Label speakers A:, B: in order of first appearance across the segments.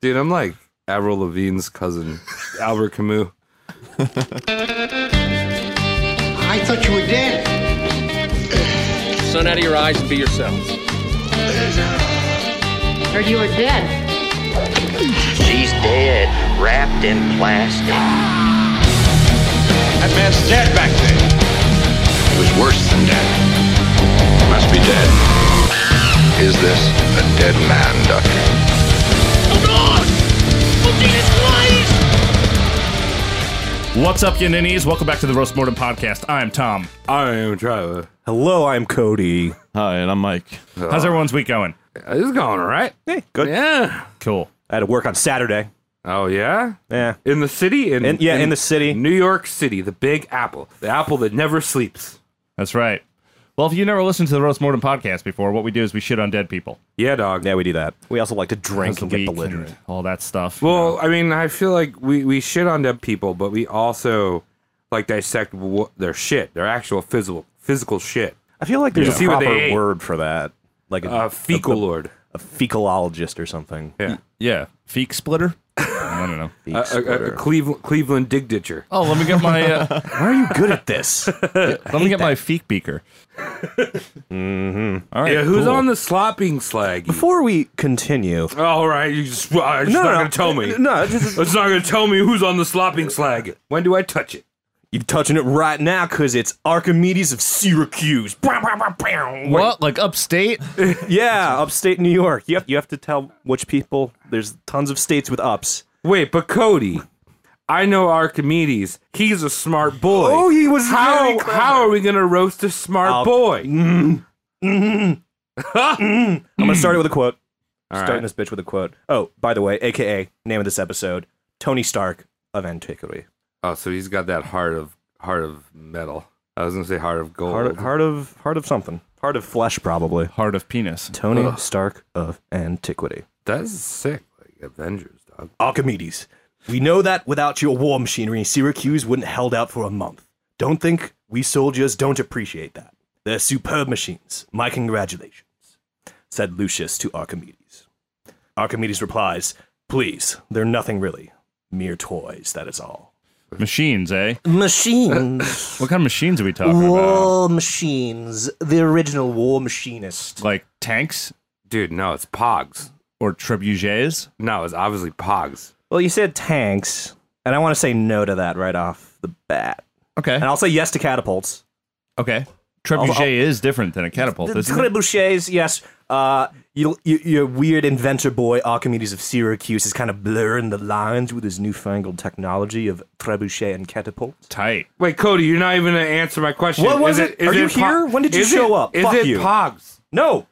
A: Dude, I'm like Avril Lavigne's cousin, Albert Camus.
B: I thought you were dead.
C: Sun out of your eyes and be yourselves.
D: Heard you were dead.
E: She's dead, wrapped in plastic.
F: That man's dead back there. It was worse than dead. Must be dead. Is this a dead man, Doctor?
G: What's up, Yaninies? Welcome back to the Roast Mortem Podcast. I'm Tom.
A: I don't even try to. uh,
H: Hello, I'm Cody.
I: Hi, and I'm Mike.
G: How's everyone's week going?
A: It's going all right.
H: Hey, good.
A: Yeah.
G: Cool.
H: I had to work on Saturday.
A: Oh, yeah?
H: Yeah.
A: In the city? In,
H: In- yeah, in the city.
A: New York City, the big apple, the apple that never sleeps.
G: That's right. Well, if you never listened to the Roast Mortem Podcast before, what we do is we shit on dead people.
A: Yeah, dog.
H: Yeah, we do that. We also like to
G: How's
H: drink
G: the
H: and get
G: week
H: belligerent.
G: and All that stuff.
A: Well, I mean, I feel like we, we shit on dead people, but we also like dissect wh- their shit, their actual physical physical shit.
H: I feel like there's
A: Yeah.
H: a
A: See what they
H: proper
A: ate.
H: word for that, like a,
A: Uh, fecal lord.
H: a fecalologist or something.
A: Yeah.
G: yeah. Feek splitter? I don't
A: A,
G: know.
A: a, a, a Cleveland, Cleveland dig ditcher.
G: Oh, let me get my uh,
H: Why are you good at this?
G: let me get my feek beaker. All right.
A: Yeah, who's
G: cool.
A: on the slopping slag?
H: Before we continue,
A: All right, you just, well, it's
H: no,
A: not
H: no,
A: gonna tell me.
H: No, this is-
A: It's not gonna tell me who's on the slopping slag. When do I touch it?
H: you're touching it right now because it's Archimedes of Syracuse. Bow, bow, bow, bow.
G: What? Like upstate?
H: Yeah, upstate New York. Yep, you have to tell which people. There's tons of states with ups.
A: Wait, but Cody, I know Archimedes. He's a smart boy.
H: Oh, he was very
A: how
H: clever.
A: how are we gonna roast a smart
H: I'll- Mm,
A: boy?
H: I'm gonna start it with a quote.
A: All
H: Starting
A: right.
H: this bitch with a quote. Oh, by the way, AKA name of this episode: Tony Stark of Antiquity.
A: Oh, so he's got that heart of heart of metal. I was gonna say heart of gold.
H: Heart, heart of heart of something. Heart of flesh, probably.
G: Heart of penis.
H: Tony Stark of Antiquity.
A: That's sick, like Avengers, dog.
H: Archimedes. We know that without your war machinery, Syracuse wouldn't held out for a month. Don't think we soldiers don't appreciate that. They're superb machines. My congratulations, said Lucius to Archimedes. Archimedes replies, Please, they're nothing really. Mere toys, that is all.
G: Machines, eh?
H: Machines.
G: What kind of machines are we talking about?
H: machines. The original war machinist.
G: Like tanks
A: Dude, no, it's Pogs.
G: or trebuchets?
A: No, it's obviously Pogs.
H: Well, you said tanks, and I want to say no to that right off the bat.
G: Okay.
H: And I'll say yes to catapults.
G: Okay. Trebuchet
H: I'll- I'll-
G: is different than a catapult,
H: The
G: isn't it?
H: trebuchets, yes. Uh, you, you, your weird inventor boy Archimedes of Syracuse is kind of blurring the lines with his newfangled technology of trebuchet and catapult.
G: Tight.
A: Wait, Cody, you're not even gonna answer my question.
H: What was
A: Is
H: it? Are you here? When did you
A: is
H: show
A: it-
H: up?
A: Is
H: Fuck
A: it
H: you.
A: Pogs?
H: No,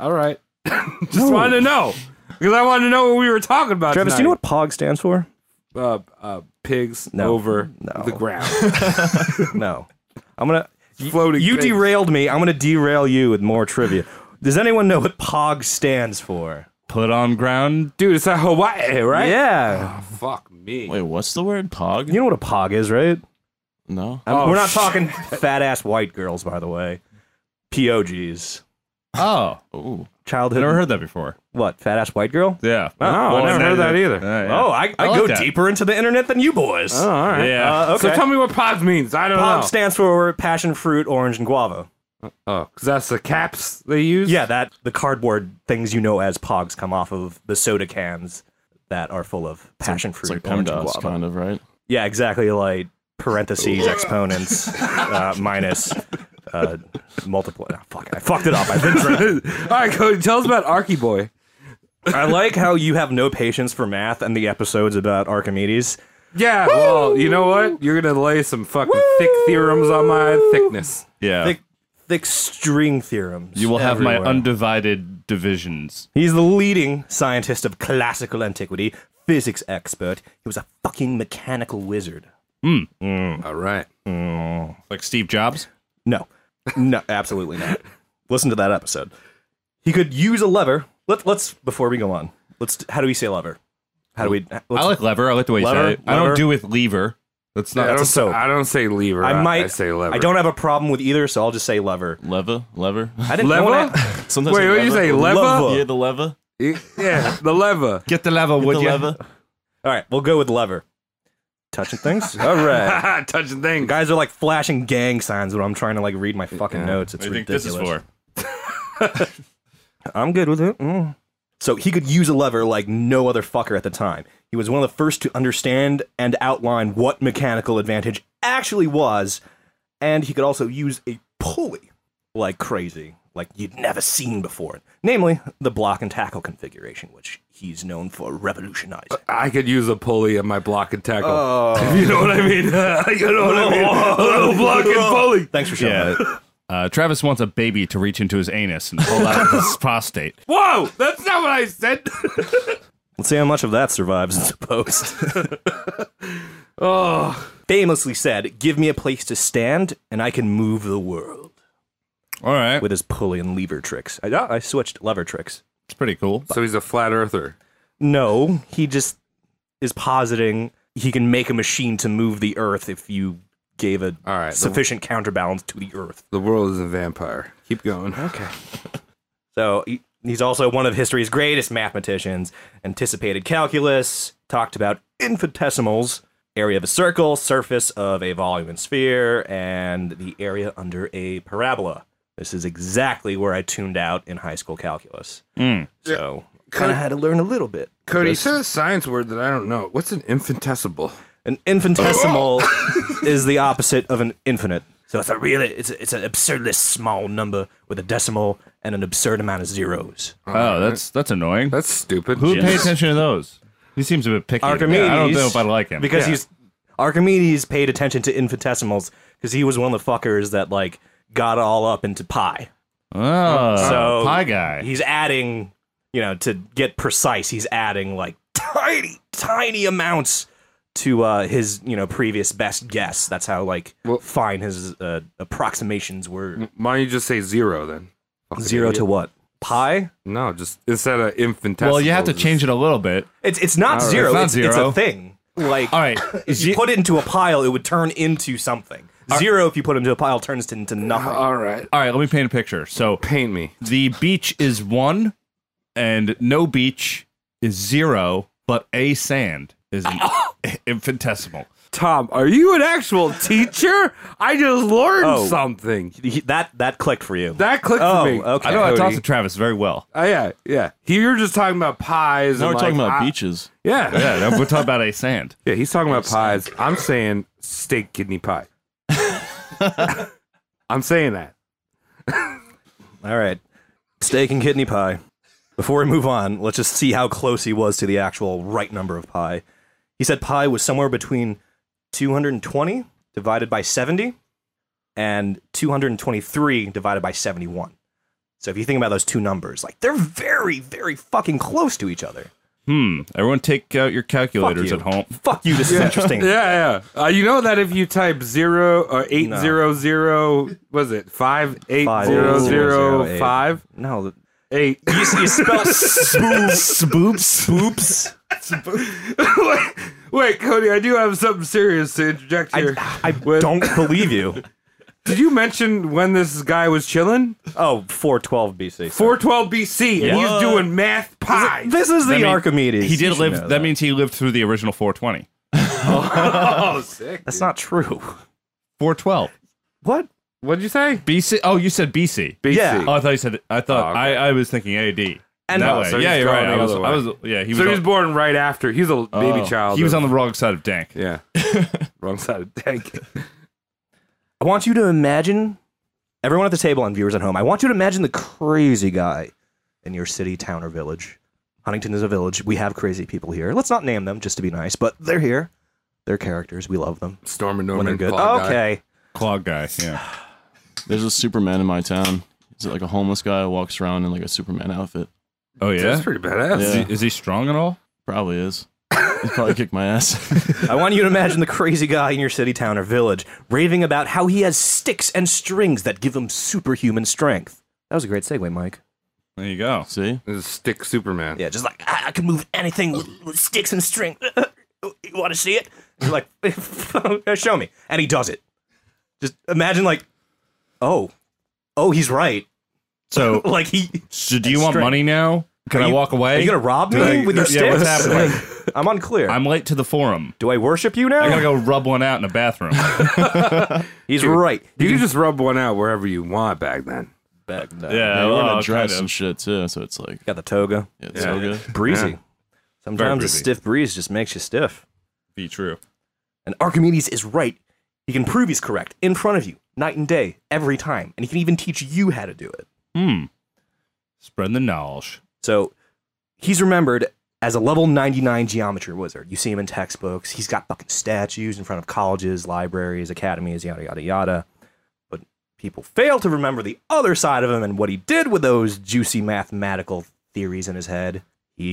A: All right. Just wanted to know because I wanted to know what we were talking about.
H: Travis, do you know what POG stands for?
A: what? Uh, uh, pigs
H: No.
A: over
H: No.
A: the ground.
H: No, I'm gonna. y-
A: Floating
H: You
A: pigs.
H: derailed me. I'm gonna derail you with more trivia. Does anyone know what POG stands for?
G: Put on ground.
A: Dude, it's at Hawaii, right?
H: Yeah,
A: Fuck me.
I: Wait, what's the word? Pog?
H: you know what a POG is, right?
I: No.
H: I'm-
A: Oh,
H: We're not
A: shit.
H: talking fat ass white girls, by the way. POGs,
G: Oh.
I: Ooh.
H: childhood.
G: Never heard that before.
H: What fat ass white girl?
G: Yeah.
A: Oh, I never heard that either.
H: Oh, I, I,
G: I like
H: go
G: that.
H: deeper into the internet than you boys.
A: Oh, all right.
G: yeah.
H: Uh, okay.
A: So tell me what Pogs means. I don't
H: Pog
A: know.
H: stands for passion fruit, orange, and guava.
A: oh, because that's the caps they use.
H: Yeah, that the cardboard things you know as pogs come off of the soda cans that are full of passion
I: It's
H: fruit,
I: like
H: orange, and
I: PEMDAS,
H: guava.
I: kind of, right?
H: Yeah, exactly. Like parentheses, exponents, uh, minus, uh, multiply. ah, fuck, I fucked it up. I've been drinking.
A: All right, Cody, tell us about Archie Boy.
H: I like how you have no patience for math and the episodes about Archimedes.
A: Yeah. Well, you know what? You're gonna lay some fucking thick theorems on my thickness.
G: yeah.
H: Thick, thick string theorems.
G: you will have my
H: everywhere.
G: undivided divisions.
H: He's the leading scientist of classical antiquity, physics expert. He was a fucking mechanical wizard.
A: All right.
G: Like Steve Jobs?
H: No, no, absolutely not. Listen to that episode. He could use a lever. Let, let's before we go on. Let's. How do we say lever? How do we? let's-
G: I like lever. I like the way
H: Lever,
G: you say it. I
H: lever.
G: don't do with lever. That's
A: I
H: Yeah,
G: not.
A: don't,
H: that's a soap.
A: I don't say lever.
H: I might.
A: I say lever.
H: I don't have a problem with either, so I'll just say lever.
I: Leva? Lever?
H: I didn't. I
A: Lever?
H: wanna-
I: Sometimes
A: Wait,
I: I
A: what did you
I: lever.
A: say? Leva?
H: Leva.
I: Yeah, the leva.
A: You- Yeah, the lever.
G: Get the lever, would
I: the
G: you?
I: lever.
H: All right, we'll go with lever. Touching things. All right.
A: Touching thing.
H: Guys are like flashing gang signs when I'm trying to like read my fucking notes. It's
I: What do you think
H: ridiculous.
I: this is for?
H: I'm good with it. Mm. So he could use a lever like no other fucker at the time. He was one of the first to understand and outline what mechanical advantage actually was, and he could also use a pulley like crazy, like you'd never seen before. Namely, the block and tackle configuration, which he's known for revolutionizing.
A: I could use a pulley in my block and tackle.
G: Oh.
A: you know what I mean? you know what I mean? A little block and pulley.
H: Thanks for showing
G: Yeah.
H: that.
G: Uh, Travis wants a baby to reach into his anus and pull out his prostate.
A: Whoa, that's not what I said.
H: Let's see how much of that survives in the post.
A: oh,
H: Famously said, "Give me a place to stand, and I can move the world."
G: All right.
H: With his pulley and lever tricks. I, ah, I switched lever tricks.
G: It's pretty cool.
A: so he's a flat earther.
H: No, he just is positing he can make a machine to move the Earth if you gave a
A: All right, the-
H: sufficient counterbalance to the Earth.
A: The world is a vampire. Keep going.
H: Okay. so he, he's also one of history's greatest mathematicians. Anticipated calculus, talked about infinitesimals, area of a circle, surface of a volume and sphere, and the area under a parabola. This is exactly where I tuned out in high school calculus. So kind of had to learn a little bit.
A: Cody, you said a science word that I don't know. What's an infinitesimal?
H: An infinitesimal is the opposite of an infinite. So it's a really it's a, it's an absurdly small number with a decimal and an absurd amount of zeros.
G: Oh, that's that's annoying.
A: That's stupid.
G: Who would pay
I: Yes.
G: attention to those? He seems a bit picky.
H: Archimedes.
G: I don't know if I like him.
H: because he's Archimedes paid attention to infinitesimals because he was one of the fuckers that like got all up into pi.
G: oh,
H: So
G: pie guy.
H: He's adding, you know, to get precise. He's adding like tiny, tiny amounts to uh, his, you know, previous best guess. That's how like
A: Well- Mm,
H: fine his uh, approximations were.
A: Why don't you just say zero then? Fucking
H: Zero
A: idiot.
H: to what? Pi?
A: No, just instead of infinitesimal.
G: well, you have to change it a little bit.
H: It's it's not
A: All right.
H: zero.
G: It's not
H: It's, it's
G: zero.
H: a thing. Like
G: All right.
H: if you put it into a pile, it would turn into something. Zero, if you put it into a pile, turns it into nothing.
A: Uh, All right.
G: All right, let me paint a picture. So
A: Paint me.
G: the beach is one, and no beach is zero, but a sand is an infinitesimal.
A: Tom, are you an actual teacher? I just learned
H: Oh.
A: something.
H: He- that that clicked for you.
A: That clicked
H: Oh,
A: for me.
H: okay.
G: I know I
A: Cody.
G: talked to Travis very well.
A: Oh, yeah, yeah. He, you're just talking about pies.
I: Now we're
A: and
I: talking
A: like,
I: about
A: I-
I: beaches.
A: Yeah, yeah.
G: Yeah, we're talking about a sand.
A: He's talking about pies. I'm saying steak kidney pie. I'm saying that.
H: All right. Steak and kidney pie. Before we move on, let's just see how close he was to the actual right number of pi. He said pi was somewhere between 220 divided by 70 and 223 divided by 71. So if you think about those two numbers, like they're very, very fucking close to each other.
G: Hmm. Everyone, take out your
H: Fuck
G: calculators
H: you.
G: at home.
H: Fuck you. This is interesting.
A: Yeah, yeah. Uh, you know that if you type zero or eight
H: No.
A: zero zero, was it five eight
H: Five,
A: zero
H: eight, zero,
A: zero
H: zero,
A: five
H: No, the-
A: eight?
H: you, you spell spoops, spoops, spoops.
A: wait, wait, Cody, I do have something serious to interject here.
H: I, I
A: With-
H: don't believe you.
A: Did you mention when this guy was chilling?
H: Oh, 412 BC.
A: 412 BC, and he's doing math pie.
H: This is the
G: mean-
H: Archimedes.
G: He
H: You
G: did
H: should
G: live.
H: know
G: That. means he lived through the original 420,
A: oh, sick.
H: that's not true.
G: 412
H: What?
A: What'd you say?
G: BC. Oh, you said BC.
A: BC.
H: Yeah.
G: Oh, I thought you said. I thought
A: Oh, okay.
G: I, I was thinking AD.
H: And
G: that
H: oh,
G: way.
A: uh, so
G: yeah,
A: he's
G: you're right.
A: going
G: I
A: the
G: was,
A: other
G: I
A: way.
G: was. Yeah, he was.
A: so he was Oh,
G: on-
A: born right after. He's a baby child.
G: Oh. He was
A: of-
G: on the wrong side of dank.
A: Yeah. Wrong side of the tank.
H: I want you to imagine everyone at the table and viewers at home. I want you to imagine the crazy guy in your city, town, or village. Huntington is a village. We have crazy people here. Let's not name them just to be nice, but they're here. They're characters. We love them
A: Storm and
H: when
A: Norman.
H: they're good.
A: Cloud guy.
H: Okay.
G: Clog guy. Yeah.
I: There's a Superman in my town. He's like a homeless guy who walks around in like a Superman outfit.
G: Oh yeah.
A: That's pretty badass.
I: Yeah.
G: Is he, is he strong at all?
I: Probably is. He'd probably kick my ass.
H: I want you to imagine the crazy guy in your city, town, or village raving about how he has sticks and strings that give him superhuman strength. That was a great segue, Mike.
G: There you go.
I: See?
A: This is Stick Superman.
H: Yeah, just like I, I can move anything with, with sticks and string. you want to see it? You're like, show me, and he does it. Just imagine, like, oh, oh, he's right.
G: So,
H: Like he,
G: so do you want
H: Straight.
G: money now? Can
H: Are
G: I
H: you-
G: walk away?
H: Are you gonna rob me
G: Like,
H: with your
G: yeah,
H: sticks?
G: what's happening?
H: I'm unclear.
G: I'm late to the forum.
H: Do I worship you now?
G: I gotta go rub one out in the bathroom.
H: He's right.
A: You can just rub one out wherever you want back then.
H: Back then.
G: Yeah,
I: we're in
G: well,
I: a dress
G: kind
I: and
G: of.
I: shit too, so it's like
H: Got the toga.
I: yeah, toga.
H: Breezy. Sometimes
G: breezy.
H: a stiff breeze just makes you stiff.
G: Be true.
H: And Archimedes is right. He can prove he's correct in front of you, night and day, every time. And he can even teach you how to do it.
G: Hmm. Spread the knowledge.
H: So he's remembered as a level 99 geometry wizard. You see him in textbooks. He's got fucking statues in front of colleges, libraries, academies, yada, yada, yada. But people fail to remember the other side of him and what he did with those juicy mathematical theories in his head.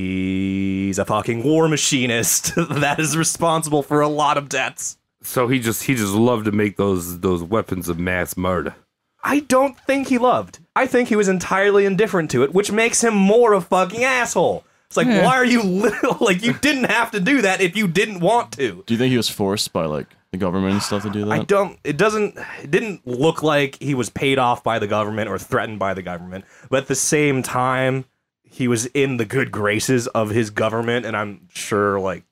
H: He's a fucking war machinist that is responsible for a lot of deaths.
A: So he just he just loved to make those those weapons of mass murder.
H: I don't think he loved. I think he was entirely indifferent to it, which makes him more a fucking asshole. It's like, why are you little? Like, you didn't have to do that if you didn't want to.
I: Do you think he was forced by like the government and stuff to do that?
H: I don't. It doesn't. It didn't look like he was paid off by the government or threatened by the government. But at the same time, he was in the good graces of his government, and I'm sure like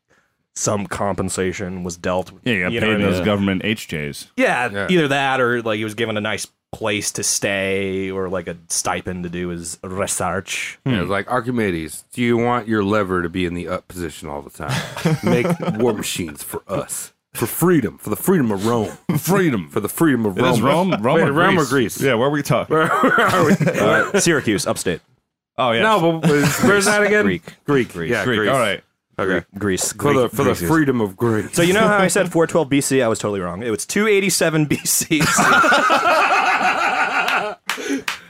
H: some compensation was dealt. with.
G: Yeah, you got
H: you know
G: paid
H: what I mean?
G: those government HJs.
H: Yeah,
A: Yeah.
H: either that or like he was given a nice place to stay or like a stipend to do his research.
A: And It was like Archimedes, do you want your lever to be in the up position all the time? Make war machines for us. For freedom, for the freedom of Rome,
G: Freedom.
A: for the freedom of
G: It
A: Rome.
G: is Rome, Rome,
A: Wait,
G: or
A: Rome
G: Greece.
A: or Greece?
G: Yeah, where are we talking?
A: Where are we?
H: Uh, Syracuse, upstate.
G: Oh yeah,
A: No, but where's that again?
H: Greek.
A: Greek, Greek. Yeah,
G: Greek.
A: Greece.
G: All right.
A: Okay.
H: Greece.
A: For the for the
H: Greece.
A: freedom of Greece.
H: So you know how I said 412 BC? I was totally wrong. It was 287 BC. I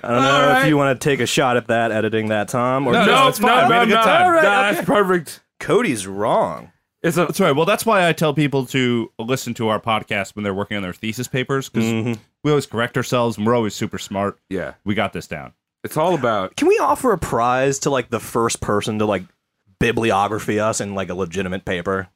H: don't know if you want to take a shot at that, editing that, Tom. Or
G: No, no, it's fine. We had a good time.
A: All right,
H: Nah,
A: That's perfect.
H: Cody's wrong.
A: It's a,
G: That's right. Well, that's why I tell people to listen to our podcast when they're working on their thesis papers because
H: Mm-hmm.
G: we always correct ourselves and we're always super smart.
A: yeah.
G: We got this down.
A: It's all about
H: Can we offer a prize to like the first person to like bibliography us in like a legitimate paper?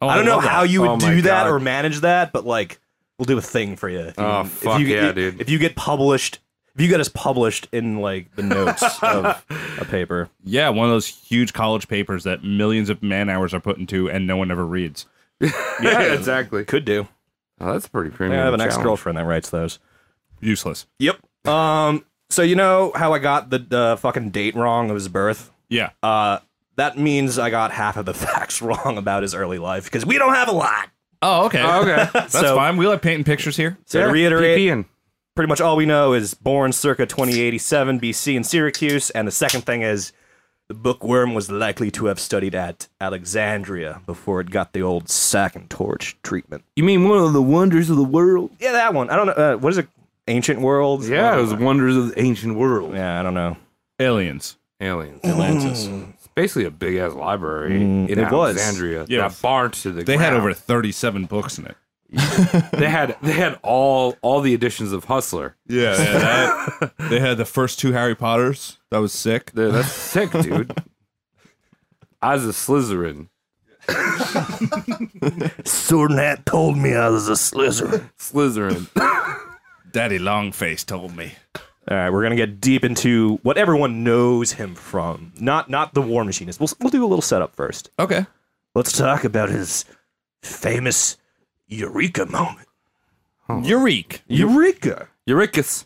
G: Oh,
H: I don't know
G: love that.
H: how you would
A: Oh my
H: do that
A: God.
H: or manage that, but like, we'll do a thing for you. If you
A: Oh, fuck
H: if you,
A: yeah, dude.
H: If you get published, if you get us published in like the notes of a paper,
G: Yeah, one of those huge college papers that millions of man hours are put into and no one ever reads.
A: yeah, exactly.
H: could do.
A: Oh, that's pretty
H: I
A: premium.
H: have an
A: challenge.
H: ex girlfriend that writes those.
G: Useless.
H: Yep. Um. So you know how I got the uh, fucking date wrong of his birth?
G: Yeah.
H: Uh, that means I got half of the facts wrong about his early life because we don't have a lot.
G: oh, okay.
H: Uh,
A: Oh, okay.
G: That's fine. We like painting pictures here.
H: So to
A: Yeah,
H: reiterate,
A: PP and-
H: pretty much all we know is born circa 2087 BC in Syracuse, and the second thing is the bookworm was likely to have studied at Alexandria before it got the old sack and torch treatment.
A: You mean one of the wonders of the world?
H: Yeah, that one. I don't know. Uh, what is it? Ancient worlds?
A: Yeah,
H: I
A: it
H: don't
A: was
H: know.
A: wonders of the ancient world.
H: yeah, I don't know.
G: Aliens.
A: Aliens.
I: Atlantis.
H: Mm,
A: It's basically a big ass library in
H: it was.
A: Alexandria.
G: Yeah.
A: that barred to the
G: They had
A: ground.
G: over 37 books in it.
A: They had they had all all the editions of Hustler.
G: Yeah. that- they had the first two Harry Potters. That was sick.
A: Dude, that's sick, dude. I was a Slytherin.
H: Swordnat told me I was a Slytherin.
A: Slytherin.
G: Daddy Longface told me.
H: All right, we're gonna get deep into what everyone knows him from. Not not the War Machinist. We'll we'll do a little setup first.
G: Okay.
H: Let's talk about his famous Eureka moment.
G: Eureka.
H: Eureka.
A: Eurycus.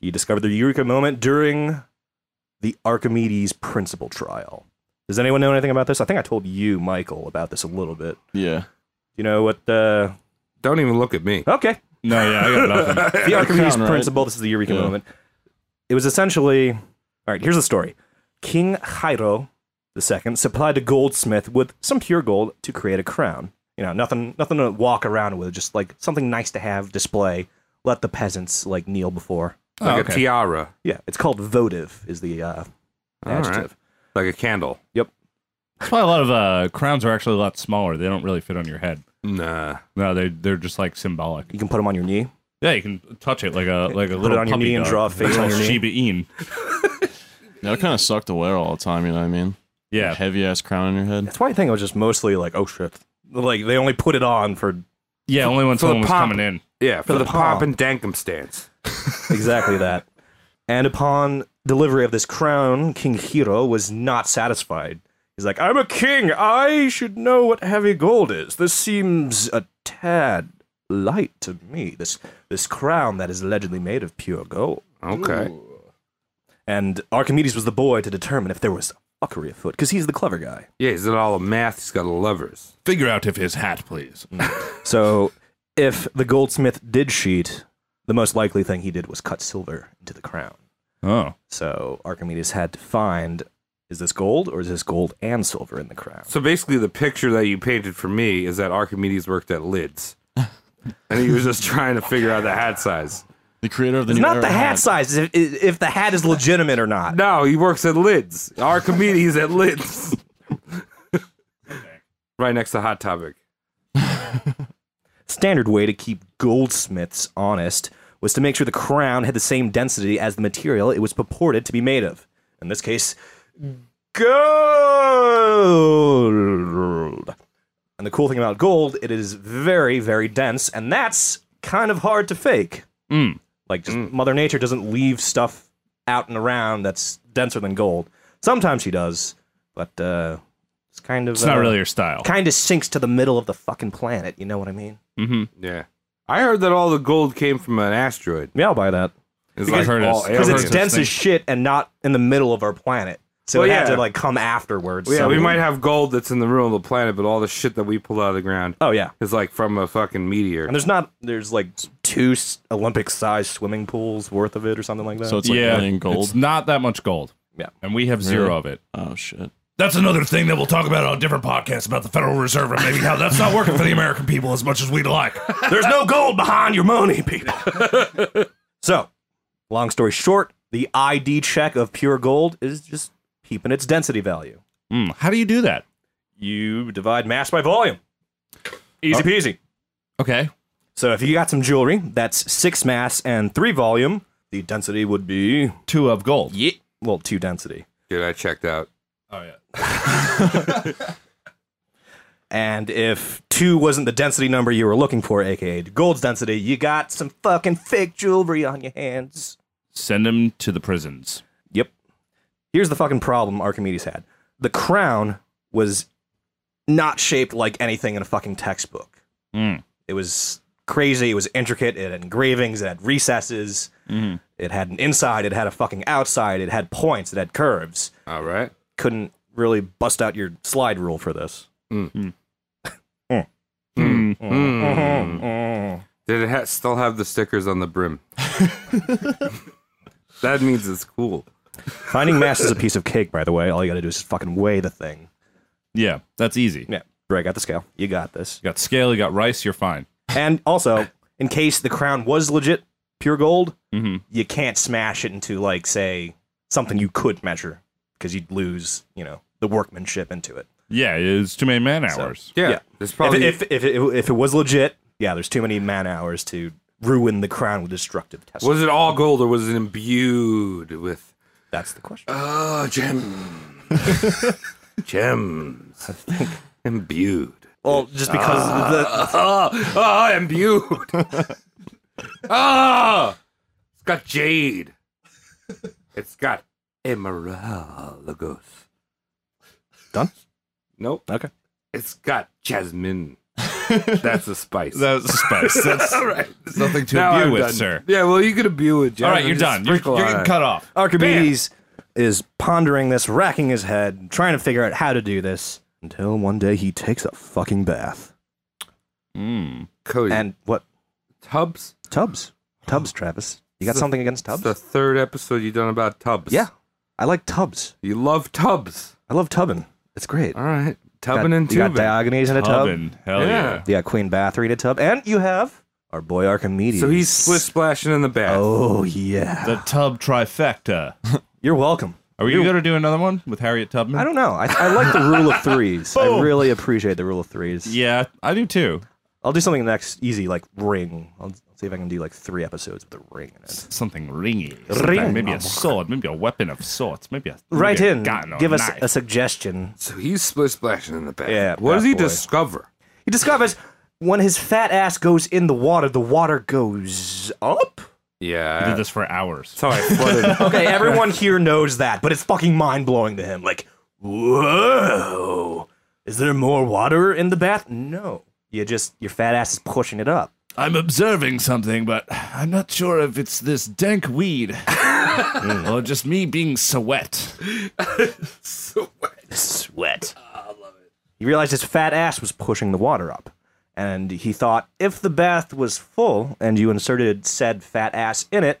H: He discovered the Eureka moment during the Archimedes principle trial. Does anyone know anything about this? I think I told you, Michael, about this a little bit.
I: Yeah.
H: You know what? Uh,
A: Don't even look at me.
H: okay.
G: No, yeah, I got nothing.
H: The Archimedes
I: right?
H: principle. This is the Eureka
I: Yeah.
H: moment. It was essentially. All right, here's the story King Jairo II supplied a goldsmith with some pure gold to create a crown. You know, nothing, nothing to walk around with, just like something nice to have, display. Let the peasants like kneel before.
A: Like
G: okay.
A: a tiara.
H: Yeah, it's called votive is the uh,
A: All right.
H: adjective.
A: Like a candle.
G: That's why a lot of uh, crowns are actually a lot smaller. They don't really fit on your head.
A: Nah.
G: No, they they're just like symbolic.
H: You can put them on your knee.
G: Yeah, you can touch it like a like a
H: Put
G: little
H: it on your
G: puppy
H: knee and
G: dog.
H: draw a face on
G: Little
H: your knee.
G: Shiba Inu.
I: Yeah, it kind of sucked to wear all the time. You know what I mean?
G: Yeah.
I: Heavy ass crown on your head.
H: That's why I think it was just mostly like, oh shit. Like they only put it on for
G: Yeah, only when
A: For the
G: someone was
A: pomp.
G: coming in.
A: Yeah, for,
H: For
A: the,
H: the
A: pomp
H: palm.
A: and dankum stance.
H: exactly that. And upon delivery of this crown, King Hiro was not satisfied. He's like, I'm a king. I should know what heavy gold is. This seems a tad light to me. This this crown that is allegedly made of pure gold.
A: Okay.
H: And Archimedes was the boy to determine if there was fuckery afoot, because he's the clever guy.
A: Yeah, he's got all the math. He's got the levers.
G: Figure out if his hat, please.
H: So if the goldsmith did cheat, the most likely thing he did was cut silver into the crown.
G: Oh.
H: So Archimedes had to find is this gold or is this gold and silver in the crown?
A: So basically, the picture that you painted for me is that Archimedes worked at Lids, and he was just trying to figure out the hat size.
I: The creator of the
H: It's
I: new
H: not
I: era
H: the hat
I: hat.
H: size, if, if the hat is legitimate or not.
A: No, he works at Lids. Archimedes at Lids. right next to Hot Topic.
H: Standard way to keep goldsmiths honest was to make sure the crown had the same density as the material it was purported to be made of. In this case, gold. And the cool thing about gold, it is very, very dense, and that's kind of hard to fake.
G: Mm.
H: Like, just Mother Nature doesn't leave stuff out and around that's denser than gold. Sometimes she does, but uh, it's kind of
G: It's not
H: uh,
G: really your style.
H: kind of sinks to the middle of the fucking planet. You know what I mean?
A: Yeah, I heard that all the gold came from an asteroid.
H: Yeah, I'll buy that
A: It's like
G: Because- Heard
A: all
G: it's-
H: because
G: I've
A: aliens.
H: it's
G: heard
H: dense
G: this
H: as shit and not in the middle of our planet. So
A: Well,
H: it had
A: yeah.
H: to like come afterwards.
A: Yeah, we
H: somewhere.
A: might have gold that's in the middle of the planet, but all the shit that we pulled out of the ground
H: Oh yeah,
A: is like from a fucking meteor.
H: and there's not there's like two Olympic sized swimming pools worth of it or something like that.
I: So it's like
G: yeah.
I: running gold.
G: It's not that much gold.
H: Yeah.
G: And we have zero of it.
I: oh shit.
D: That's another thing that we'll talk about on a different podcast about the Federal Reserve and maybe how that's not working for the American people as much as we'd like.
H: There's no gold behind your money, people. so, long story short, the ID check of pure gold is just keeping its density value.
G: Mm, How do you do that?
H: You divide mass by volume. Easy peasy.
G: Okay.
H: So if you got some jewelry, that's six mass and three volume. The density would be
G: Two of gold.
H: yeah, well, two density.
A: Dude, I checked out.
G: Oh, yeah.
H: And if two wasn't the density number you were looking for, aka gold's density, you got some fucking fake jewelry on your hands.
G: Send him to the prisons.
H: Yep. Here's the fucking problem Archimedes had. The crown was not shaped like anything in a fucking textbook.
G: Mm.
H: It was crazy. It was intricate. It had engravings. It had recesses. It had an inside. It had a fucking outside. It had points. It had curves.
A: All right.
H: Couldn't really bust out your slide rule for this.
A: Mm. Did it ha- still have the stickers on the brim? that means it's cool.
H: Finding mass is a piece of cake, by the way. All you gotta do is fucking weigh the thing.
G: Yeah, that's easy.
H: Yeah. Break out the scale. You got this.
G: You got scale, you got rice, you're fine.
H: And also, in case the crown was legit, pure gold,
G: Mhm.
H: you can't smash it into like, say, something you could measure because you'd lose, you know, the workmanship into it.
G: Yeah, it's too many man hours.
A: Yeah.
H: Yeah.
A: There's probably
H: if, if, if, it, if it was legit, yeah, there's too many man hours to ruin the crown with destructive tests.
A: was it all gold or was it imbued with
H: That's the question.
A: oh gem gems imbued.
H: well, just because the,
A: Oh, oh imbued. oh, it's got jade. It's got emerald.
H: done.
A: Nope.
H: Okay.
A: It's got jasmine. That's a spice.
G: That's spice. That's
A: All right.
G: nothing to
A: Now
G: imbue
A: I'm
G: with,
A: done.
G: sir.
A: Yeah, well, you could imbue with
G: All
A: jasmine.
G: right, you're
A: Just
G: done. You're,
A: sprinkle
G: you're
A: on
G: getting
A: it.
G: cut off.
H: Archimedes is pondering this, racking his head, trying to figure out how to do this until one day he takes a fucking bath.
A: Cody,
H: And what?
A: tubs?
H: Tubs. Tubs, Travis. You got something against
A: It's
H: tubs?
A: the third episode you've done about tubs.
H: Yeah. I like tubs.
A: You love tubs.
H: I love tubbing. It's great.
A: All right.
H: You
A: Uh, Tubbing
H: got-
A: and
H: You got
A: tubing.
H: Diogenes in a tub.
G: Oven. Hell yeah.
A: Yeah.
H: You got Queen Bathory in a tub. And you have our boy Archimedes.
A: so he's split splashing in the bath.
H: Oh, yeah.
G: The tub trifecta.
H: You're welcome.
G: Are we going to do another one with Harriet Tubman?
H: I don't know. I, I like the rule of threes. I
G: Boom.
H: really appreciate the rule of threes.
G: Yeah, I do too.
H: I'll do something next easy, like ring. I'll, I'll see if I can do like three episodes with a ring in it.
G: Something ringy.
H: Ring. Oh
G: Something, maybe a sword, maybe a weapon of sorts, maybe a maybe
H: Right
G: a
H: in.
G: gun or
H: Give us
G: knife.
H: a suggestion.
A: So he's split splashing in the bath.
H: Yeah,
A: What does
H: bath
A: he
H: boy.
A: discover?
H: He discovers when his fat ass goes in the water, the water goes up.
G: I
A: Yeah.
G: did this for hours.
A: That's how I flooded.
H: Okay, everyone here knows that, but it's fucking mind blowing to him. Like, whoa, is there more water in the bath? No, you just your fat ass is pushing it up.
G: I'm observing something, but I'm not sure if it's this dank weed or just me being so wet.
H: Sweat. He realized his fat ass was pushing the water up, and he thought if the bath was full and you inserted said fat ass in it,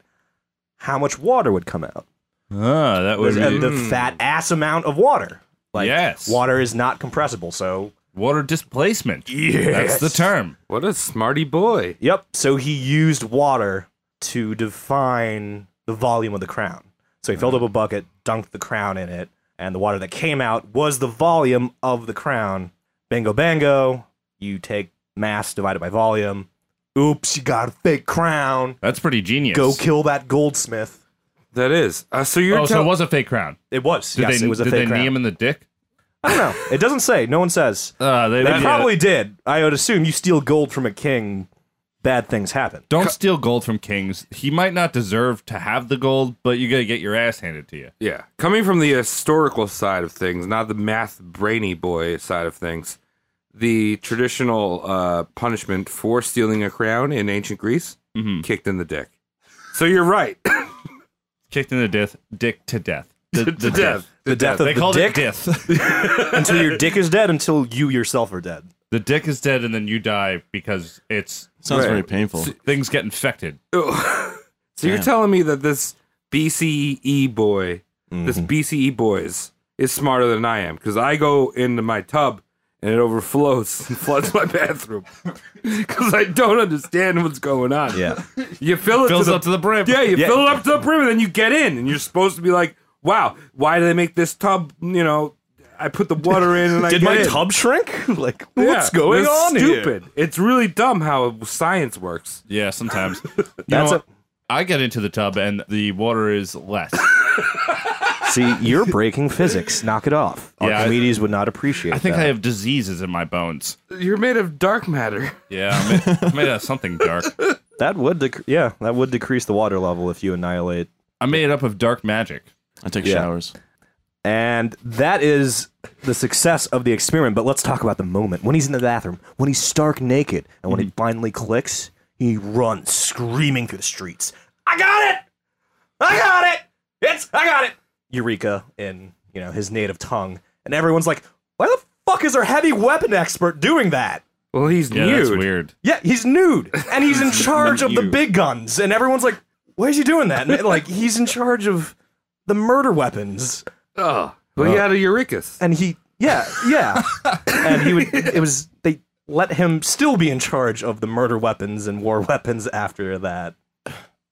H: how much water would come out?
G: Ah, that
H: Was
G: was
H: and the fat ass amount of water. Like,
G: Yes.
H: water is not compressible, so
G: water displacement.
H: Yes.
G: That's the term.
A: what a smarty boy.
H: Yep. So he used water to define the volume of the crown. So he filled up a bucket, dunked the crown in it, and the water that came out was the volume of the crown. Bingo bango. You take mass divided by volume. Oops, you got a fake crown.
G: That's pretty genius.
H: Go kill that goldsmith.
A: That is. Uh, so you're
G: Oh, so it
A: tell-
G: was a fake crown.
H: It was.
G: Did
H: yes,
G: they,
H: it was a
G: did
H: fake
G: they knee
H: crown.
G: him in the dick?
H: I don't know. It doesn't say. No one says.
G: Uh, they
H: They probably did. I would assume you steal gold from a king, bad things happen.
G: Don't steal gold from kings. He might not deserve to have the gold, but you gotta get your ass handed to you.
A: Yeah. Coming from the historical side of things, not the math brainy boy side of things, the traditional uh, punishment for stealing a crown in ancient Greece kicked in the dick. So you're right.
G: Kicked in the dith, dick to death. The, the
A: to death.
H: The death of
G: They
H: the
G: called
H: dick
G: it dith.
H: until your dick is dead until you yourself are dead.
G: the dick is dead, and then you die because it's
I: Sounds
A: Right.
I: very painful.
G: things get infected.
A: So you're
I: Damn.
A: telling me that this BCE boy, this BCE boys, is smarter than I am because I go into my tub and it overflows and floods my bathroom because I don't understand what's going on.
H: Yeah.
A: you fill it
G: Fills
A: to the,
G: up to the brim.
A: Yeah, you
H: Yeah.
A: fill it up to the brim and then you get in and you're supposed to be like, wow, why do they make this tub? You know, I put the water in and I
H: Did
A: get
H: my
A: in.
H: tub shrink? Like,
A: Yeah,
H: what's going
A: it's
H: on here?
A: Stupid. It's really dumb how science works.
G: Yeah, sometimes. You
H: That's
G: know
H: a-
G: what? I get into the tub and the water is less.
H: See, you're breaking physics. Knock it off.
G: Yeah, I-
H: Archimedes would not appreciate
G: I think I
H: that.
G: have diseases in my bones.
A: You're made of dark matter.
G: Yeah, I'm made, I'm made out of something dark.
H: that would dec- yeah, that would decrease the water level if you annihilate.
G: I'm made up of dark magic.
I: I take
H: Yeah.
I: showers.
H: And that is the success of the experiment, but let's talk about the moment when he's in the bathroom, when he's stark naked, and when it finally clicks, he runs screaming through the streets. I got it! I got it! It's I got it! Eureka in you know his native tongue, and everyone's like, "Why the fuck is our heavy weapon expert doing that?"
A: Well, he's
G: Yeah,
A: nude.
G: that's weird.
H: Yeah, he's nude, and he's in charge of the big guns, and everyone's like, "Why is he doing that?" And, like he's in charge of the murder weapons,
A: Oh, well, he had a Eurekas.
H: and he yeah yeah, and he would it was they let him still be in charge of the murder weapons and war weapons after that.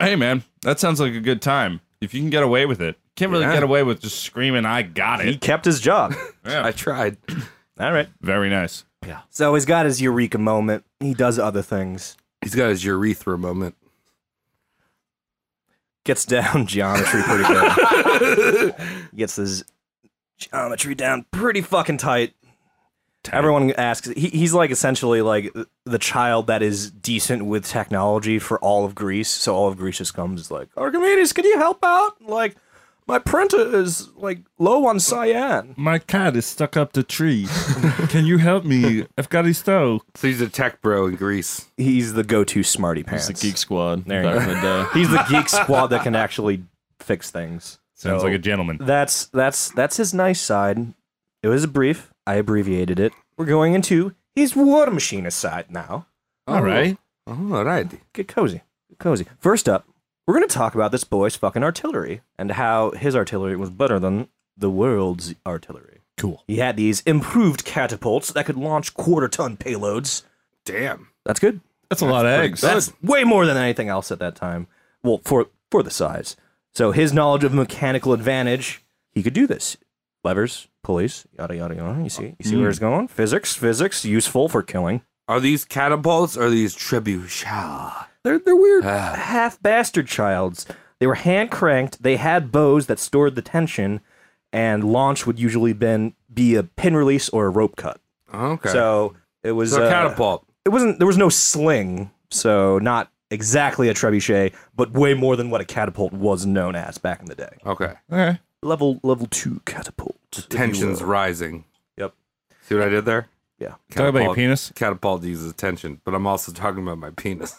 G: Hey, man, that sounds like a good time. If you can get away with it, can't really
A: Yeah.
G: get away with just screaming, "I got
H: He
G: it."
H: kept his job.
G: Yeah.
A: I tried.
H: All right.
G: Very nice.
H: So he's got his eureka moment. He does other things.
A: He's got his urethra moment.
H: Gets down geometry pretty good. Gets his geometry down pretty fucking tight. Everyone asks. He, he's like essentially like the child that is decent with technology for all of Greece. So all of Greece just comes is like, Archimedes, can you help out? Like, my printer is like low on cyan.
G: My cat is stuck up the tree. Can you help me? I've got a stove.
A: So he's a tech bro in Greece.
H: He's the go-to smarty
I: It's
H: pants.
I: the Geek Squad
H: There you
I: back in the day.
H: he's the geek squad that can actually fix things.
G: Sounds
H: So-
G: like a gentleman.
H: That's that's that's his nice side. It was brief. I abbreviated it. We're going into his war machinist side now.
G: All right.
A: Oh. All right.
H: Get cozy. Get cozy. First up, we're gonna talk about this boy's fucking artillery and how his artillery was better than the world's artillery.
G: Cool.
H: He had these improved catapults that could launch quarter ton payloads.
A: Damn.
H: That's good.
G: That's a lot of eggs.
H: That's way more than anything else at that time. Well, for for the size. So his knowledge of mechanical advantage, he could do this. Levers, pulleys, yada yada yada. You see, you see where it's going. Physics, physics, useful for killing.
A: Are these catapults or are these trebuchets?
H: They're they're weird half bastard childs. They were hand cranked. They had bows that stored the tension, and launch would usually been be a pin release or a rope cut.
A: Okay.
H: So it was
A: So a
H: uh,
A: catapult.
H: It wasn't. There was no sling, so not exactly a trebuchet, but way more than what a catapult was known as back in the day.
A: Okay.
G: Okay.
H: Level level two catapult. if you
A: Tension's
H: will.
A: rising.
H: Yep.
A: See what I did there?
H: Yeah.
G: Talk about your
A: Catapult-
G: penis.
A: Catapult uses tension, but I'm also talking about my penis.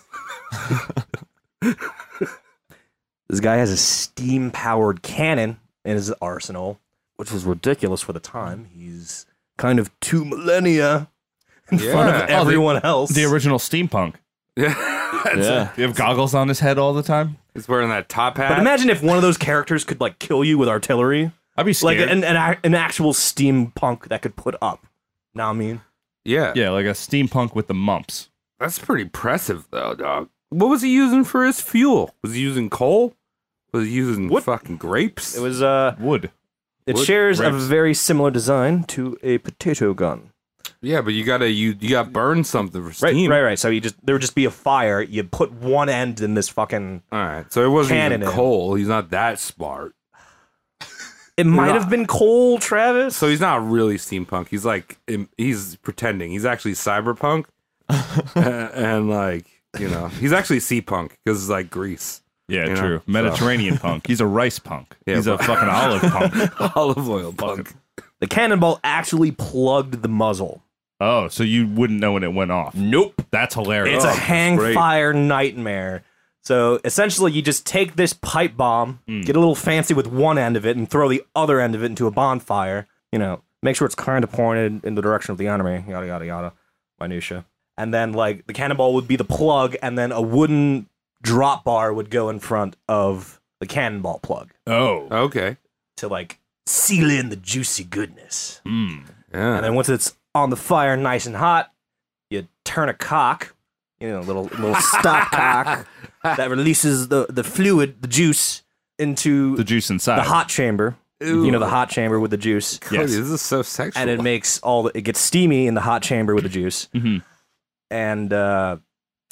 H: This guy has a steam powered cannon in his arsenal, which was ridiculous for the time. He's kind of two millennia in front
A: Yeah. Oh,
H: of
A: the-
H: everyone else.
G: The original steampunk.
A: Yeah.
I: Yeah.
G: You have goggles on his head all the time.
A: He's wearing that top hat.
H: but imagine if one of those characters could like kill you with artillery,
G: I'd be
H: like
G: scared.
H: an, an ac- an actual steampunk that could put up. Know what I mean,
A: yeah.
G: yeah, like a steampunk with the mumps.
A: That's pretty impressive, though, dog. What was he using for his fuel? Was he using coal? Was he using fucking grapes?
H: it was uh,
G: Wood.
H: it
A: Wood
H: shares a
A: bricks.
H: very similar design to a potato gun.
A: yeah, but you gotta you you gotta burn something for
H: Right,
A: steam.
H: right, right. So you just there would just be a fire. You put one end in this fucking.
A: All right, so it wasn't even
H: Cannon in.
A: coal. He's not that smart.
H: It might have been coal, Travis.
A: So he's not really steampunk. He's like im- he's pretending. He's actually cyberpunk, and, and like you know, he's actually sea punk because it's like Greece,
G: Yeah,
A: You know,
G: true.
A: so-
G: Mediterranean punk. He's a rice punk.
A: Yeah,
G: He's a
A: but-
G: fucking olive punk.
A: olive oil punk.
H: The cannonball actually plugged the muzzle.
G: Oh, so you wouldn't know when it went off. Nope. That's hilarious.
H: It's a
G: Oh,
H: hang
A: great.
H: fire nightmare. So essentially, you just take this pipe bomb,
G: Hmm.
H: get a little fancy with one end of it, and throw the other end of it into a bonfire. You know, make sure it's kind of pointed in the direction of the enemy. Yada yada yada, minutia. And then like the cannonball would be the plug, and then a wooden drop bar would go in front of the cannonball plug
G: Oh.
A: Okay,
H: to like seal in the juicy goodness.
G: Mm.
A: yeah,
H: And then once it's on the fire, nice and hot, you turn a cock, you know, a little little stop cock that releases the the fluid, the juice, into
G: The
H: the,
G: juice inside.
H: hot chamber. You know, the hot chamber with the juice,
A: Cody,
G: yes.
A: this is so sexual.
H: and it makes all the, it gets steamy in the hot chamber with the juice.
G: Mhm.
H: And uh,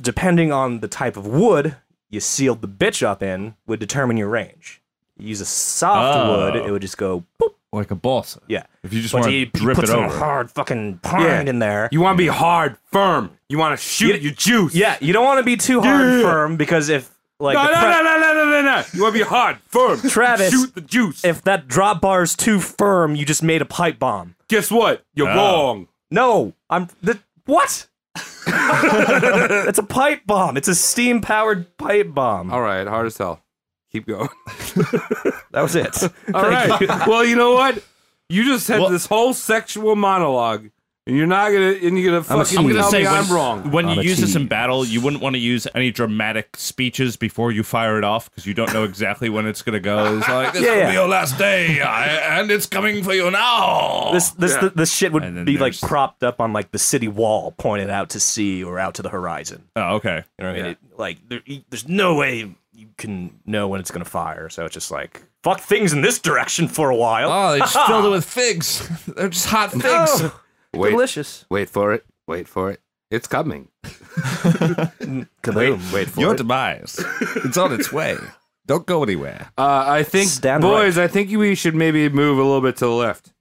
H: depending on the type of wood you sealed the bitch up in, would determine your range. You use a soft
G: Oh.
H: wood, it would just go boop.
G: like a balsa.
H: Yeah.
G: If you just
H: But
G: want
H: he
G: to drip
H: puts
G: it
H: some
G: over.
H: hard fucking pine in there.
A: you want to be hard, firm. You want to shoot
H: You-
A: your juice.
H: Yeah, you don't want to be too hard and firm because if like
A: No,
H: the
A: no,
H: pre-
A: no, no, no, no, no, no. You want to be hard, firm.
H: Travis,
A: Shoot the juice.
H: if that drop bar is too firm, you just made a pipe bomb.
A: Guess what? You're
G: Oh.
A: wrong.
H: No, I'm the what? it's a pipe bomb. It's a steam powered pipe bomb.
A: All right, hard as hell. Keep going.
H: That was it.
A: All right. well, you know what? You just had
G: Well-
A: this whole sexual monologue, and you're not gonna, and you're gonna fucking
G: I'm
A: tell
G: gonna say
A: me
G: when,
A: I'm wrong.
G: when
H: I'm
G: you
H: a
G: use this in
H: tease.
G: battle, you wouldn't want to use any dramatic speeches before you fire it off because you don't know exactly when it's gonna go. It's like
D: This
H: Yeah,
D: will
H: yeah.
D: be your last day, I, and it's coming for you now.
H: This this
A: Yeah.
H: this shit
G: And
H: would
G: then
H: be like
G: there's-
H: propped up on like the city wall, pointed out to sea or out to the horizon.
G: oh, okay.
H: You know what I mean? It- like there, you- there's no way you can know when it's gonna fire. So it's just like fuck things in this direction for a while.
D: oh, they
G: Ah.
D: just filled it with figs. They're just hot figs.
H: Oh,
A: Wait,
H: delicious.
A: wait for it. Wait for it. It's coming.
H: Kaboom.
A: Wait for
G: Your
A: it.
G: demise. it's on its way. Don't go anywhere.
A: Uh, I think,
H: Stand
A: boys, I think we should maybe move a little bit to the left.